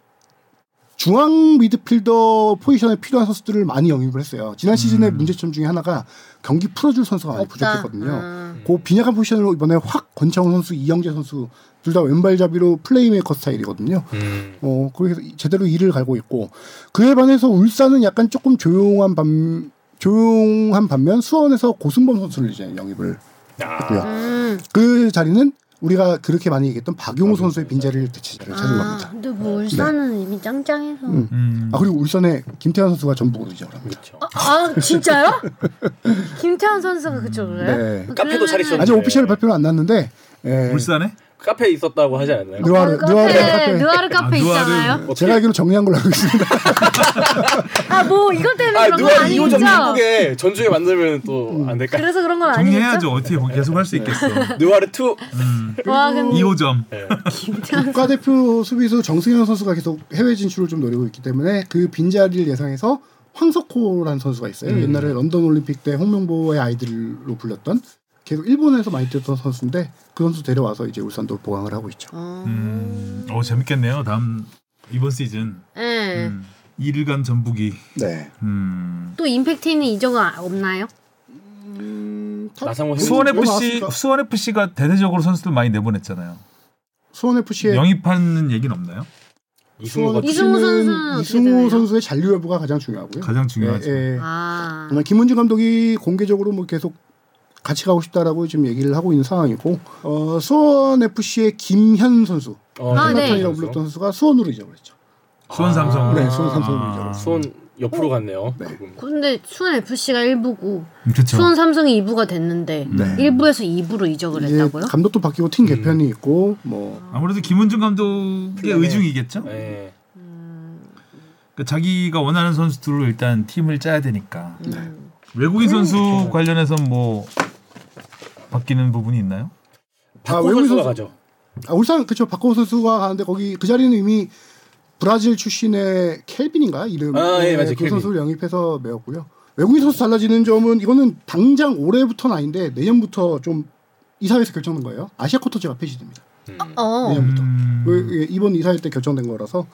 중앙 미드필더 포지션에 필요한 선수들을 많이 영입을 했어요. 지난 시즌의 문제점 중에 하나가 경기 풀어줄 선수가 많이 없다. 부족했거든요. 아. 그 빈약한 포지션으로 이번에 확 권창훈 선수, 이영재 선수 둘 다 왼발잡이로 플레이메이커 스타일이거든요. 음. 어, 그래서 제대로 일을 갈고 있고 그에 반해서 울산은 약간 조금 조용한 반 조용한 반면 수원에서 고승범 선수를 이제 영입을 아, 했고요. 음. 그 자리는 우리가 그렇게 많이 얘기했던 박용호 선수의 빈자리를 대체를 찾은 아, 겁니다. 네. 근데 뭐 울산은 이미 짱짱해서. 음. 아 그리고 울산에 김태환 선수가 전북으로 이적을 합니다. 그렇죠. 아, 아 진짜요? 김태환 선수가 그쪽으로요? 네. 카페도 잘 있었는데. 아직 오피셜 발표는 안 났는데 예, 울산에 카페에 있었다고 하지 않았나요? 느와르 느와르 아, 카페, 카페 느와르 카페 아, 누아르. 있잖아요. 어떻게- 제가 알기로 정리한 걸로 알고 있습니다. 아 뭐 이것 때문에 아 그런 건 누가 아니죠? 2호점 전북에 전주에 만들면 또 안 될까? 그래서 그런 건 아니겠죠? 정리해야죠. 어떻게 계속 네. 할 수 있겠어. 느와르 2 와 근데 2호점 국가대표 수비수 정승현 선수가 계속 해외 진출을 좀 노리고 있기 때문에 그 빈자리를 예상해서 황석호라는 선수가 있어요. 옛날에 런던 올림픽 때 홍명보의 아이들로 불렸던 계속 일본에서 많이 뛰었던 선수인데 그 선수 데려와서 이제 울산도 보강을 하고 있죠. 어. 음. 어 재밌겠네요. 다음 이번 시즌 예. 음. 1일간 전북이 네. 음. 또 임팩트 있는 이적은 없나요? 어? 나상호 수원 뭐 FC 나왔을까? 수원 FC가 대대적으로 선수들 많이 내보냈잖아요. 수원 FC의 영입하는 얘기는 없나요? 이승우가 이승우 선수는 어떻게 되나요? 이승우 선수의 잔류 여부가 가장 중요하고요. 가장 중요하죠. 예, 예. 아. 정말 김문진 감독이 공개적으로 뭐 계속 같이 가고 싶다라고 지금 얘기를 하고 있는 상황이고 어, 수원 FC의 김현 선수, 어, 아, 네. 한라탄이라고 불렀던 선수가 수원으로 이적을 했죠. 수원 삼성. 아, 네, 수원 삼성으로 이적을. 아. 했어요. 수원 옆으로 갔네요. 네. 조금. 근데 수원 FC가 1부고 그렇죠. 수원 삼성이 2부가 됐는데 네. 1부에서 2부로 이적을 이게 했다고요? 예, 감독도 바뀌고 음. 팀 개편이 있고 뭐 아무래도 김은중 감독의 플랜에. 의중이겠죠. 네. 그러니까 자기가 원하는 선수들로 일단 팀을 짜야 되니까 네. 음. 외국인 음. 선수 관련해서 뭐 바뀌는 부분이 있나요? 박호 외국인 선수가 선수- 가죠. 아, 울산 그쵸 박호 선수가 가는데 거기 그 자리는 이미 브라질 출신의 켈빈인가 이름 아, 예, 맞아요. 그 켈빈. 선수를 영입해서 메웠고요. 외국인 선수 달라지는 점은 이거는 당장 올해부터는 아닌데 내년부터 좀 이사회에서 결정된 거예요. 아시아 쿼터제가 폐지됩니다. 음. 어. 내년부터 음. 그, 예, 이번 이사회 때 결정된 거라서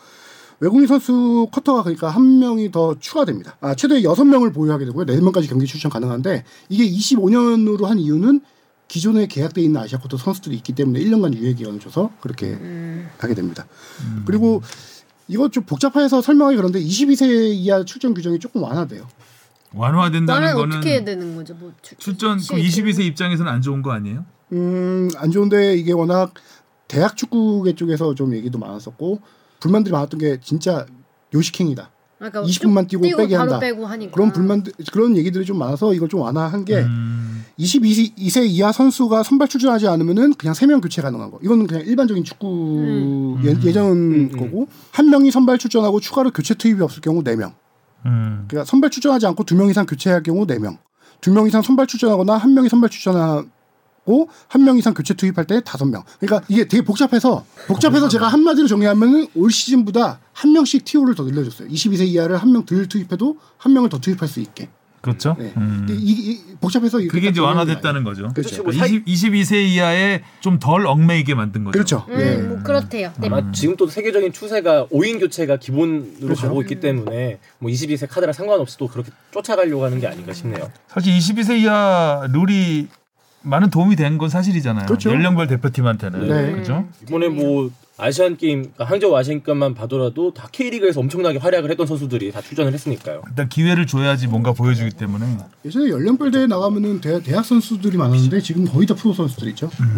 외국인 선수 쿼터가 그러니까 한 명이 더 추가됩니다. 아, 최대 6명을 보유하게 되고요. 4명까지 경기 출전 가능한데 이게 25년으로 한 이유는 기존에 계약돼 있는 아시아 쿼터 선수들이 있기 때문에 1년간 유예 기간을 줘서 그렇게 음. 하게 됩니다. 그리고 이거 좀 복잡해서 설명하기 그런데 22세 이하 출전 규정이 조금 완화돼요. 완화된다는 나는 어떻게 해야 거는 되는 거죠? 뭐 출- 출전 그 시에 22세 입장에서는 안 좋은 거 아니에요? 음, 안 좋은데 이게 워낙 대학 축구계 쪽에서 좀 얘기도 많았었고 불만들이 많았던 게 진짜 요식행이다. 그러니까 20분만 쭉 뛰고 빼게 바로 한다. 빼고 하니까. 그런 불만 그런 얘기들이 좀 많아서 이걸 좀 완화한 게 음. 22세 이하 선수가 선발 출전하지 않으면은 그냥 3명 교체 가능한 거. 이거는 그냥 일반적인 축구 음. 예, 음. 예전 음, 음. 거고 한 명이 선발 출전하고 추가로 교체 투입이 없을 경우 4명. 음. 그러니까 선발 출전하지 않고 두 명 이상 교체할 경우 네 명, 두 명 이상 선발 출전하거나 한 명이 선발 출전하고 한 명 이상 교체 투입할 때 다섯 명. 그러니까 이게 되게 복잡해서 복잡해서 제가 한마디로 정리하면은 올 시즌보다 한 명씩 티오를 더 늘려줬어요. 22세 이하를 한 명 덜 투입해도 한 명을 더 투입할 수 있게. 그렇죠. 네. 음. 이, 이- 이- 복잡해서 이렇게 그게 이제 딱 완화됐다는 거죠. 그렇죠. 그러니까 20, 22세 이하에 좀 덜 얽매이게 만든 거죠. 그렇죠. 음, 예. 뭐 그렇대요. 네. 아마 지금 또 세계적인 추세가 5인 교체가 기본으로 그렇죠. 가고 음. 있기 때문에 뭐 22세 카드랑 상관없이 또 그렇게 쫓아가려고 하는 게 아닌가 싶네요. 사실 22세 이하 룰이 많은 도움이 된 건 사실이잖아요. 그렇죠. 연령별 대표팀한테는 네. 그렇죠. 이번에 뭐 아시안 게임, 그러니까 항저우 아시안게임만 봐더라도 다 K리그에서 엄청나게 활약을 했던 선수들이 다 출전을 했으니까요. 일단 기회를 줘야지 뭔가 보여주기 때문에 예전에 연령별 대회 나가면은 대, 대학 선수들이 많았는데 지금 거의 다 프로 선수들이죠. 음.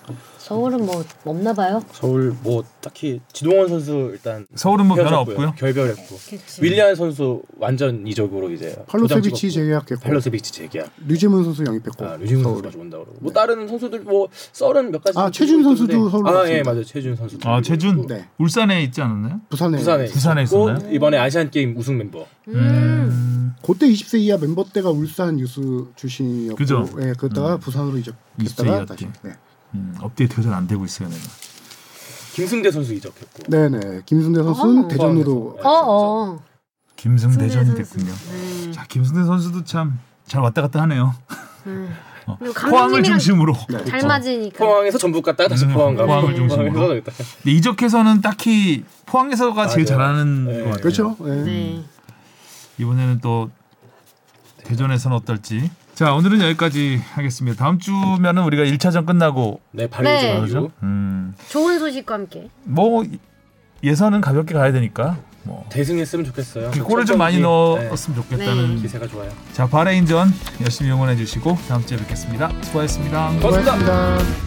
네. 서울은 뭐 없나 봐요. 서울 뭐 딱히 지동원 선수 일단 서울은 뭐 변화 헤어졌고요. 없고요. 결별했고 네, 그치. 윌리안 선수 완전 이적으로 이제 팔로세비치 부담 재계약했고 찍었고, 팔로세비치 재계약. 류재문 선수 영입했고 아, 류진 서울에. 네. 선수가 좋은다 그러고. 뭐 다른 선수들 뭐 썰은 몇 가지. 아, 좀 최준 들고 선수도 있던데. 서울로 아, 갔습니다. 예, 맞아요. 최준 선수. 아 최준 네. 울산에 있지 않았나요? 부산에 부산에 부산에 있었고, 있었나요? 이번에 아시안 게임 우승 멤버. 음. 그때 20세 이하 멤버 때가 울산 유스 출신이었고, 그죠? 예, 그러다가 부산으로 이제 20세 갔다가 이하 다시, 팀. 네, 음, 업데이트가 잘 안 되고 있어요 내가. 김승대 선수 이적했고. 네, 네. 김순대 선수는 어. 대전으로, 어, 어. 김승대전이 승대 선수. 됐군요. 음. 자 김승대 선수도 참 잘 왔다 갔다 하네요. 그리고 포항을 감독님이랑 중심으로. 잘 맞으니까. 포항에서 전북 갔다가 다시 음, 포항 가고 포항을 중심으로. 포항에서 여기다. 근데 이적해서는 딱히 포항에서가 제일 맞아요. 잘하는 네. 것 같아요. 그렇죠. 예. 네. 이번에는 또 대전에서는 어떨지. 자 오늘은 여기까지 하겠습니다. 다음 주면은 우리가 1차전 끝나고 네, 네. 발리즈 그죠? 가죠. 음, 좋은 소식과 함께. 뭐 예선은 가볍게 가야 되니까 뭐 대승했으면 좋겠어요. 네. 이렇게 그 골을 좀 많이 넣었으면 좋겠다는 네. 기세가 좋아요. 자 바레인전 열심히 응원해 주시고 다음 주에 뵙겠습니다. 수고하셨습니다. 고맙습니다. 고맙습니다.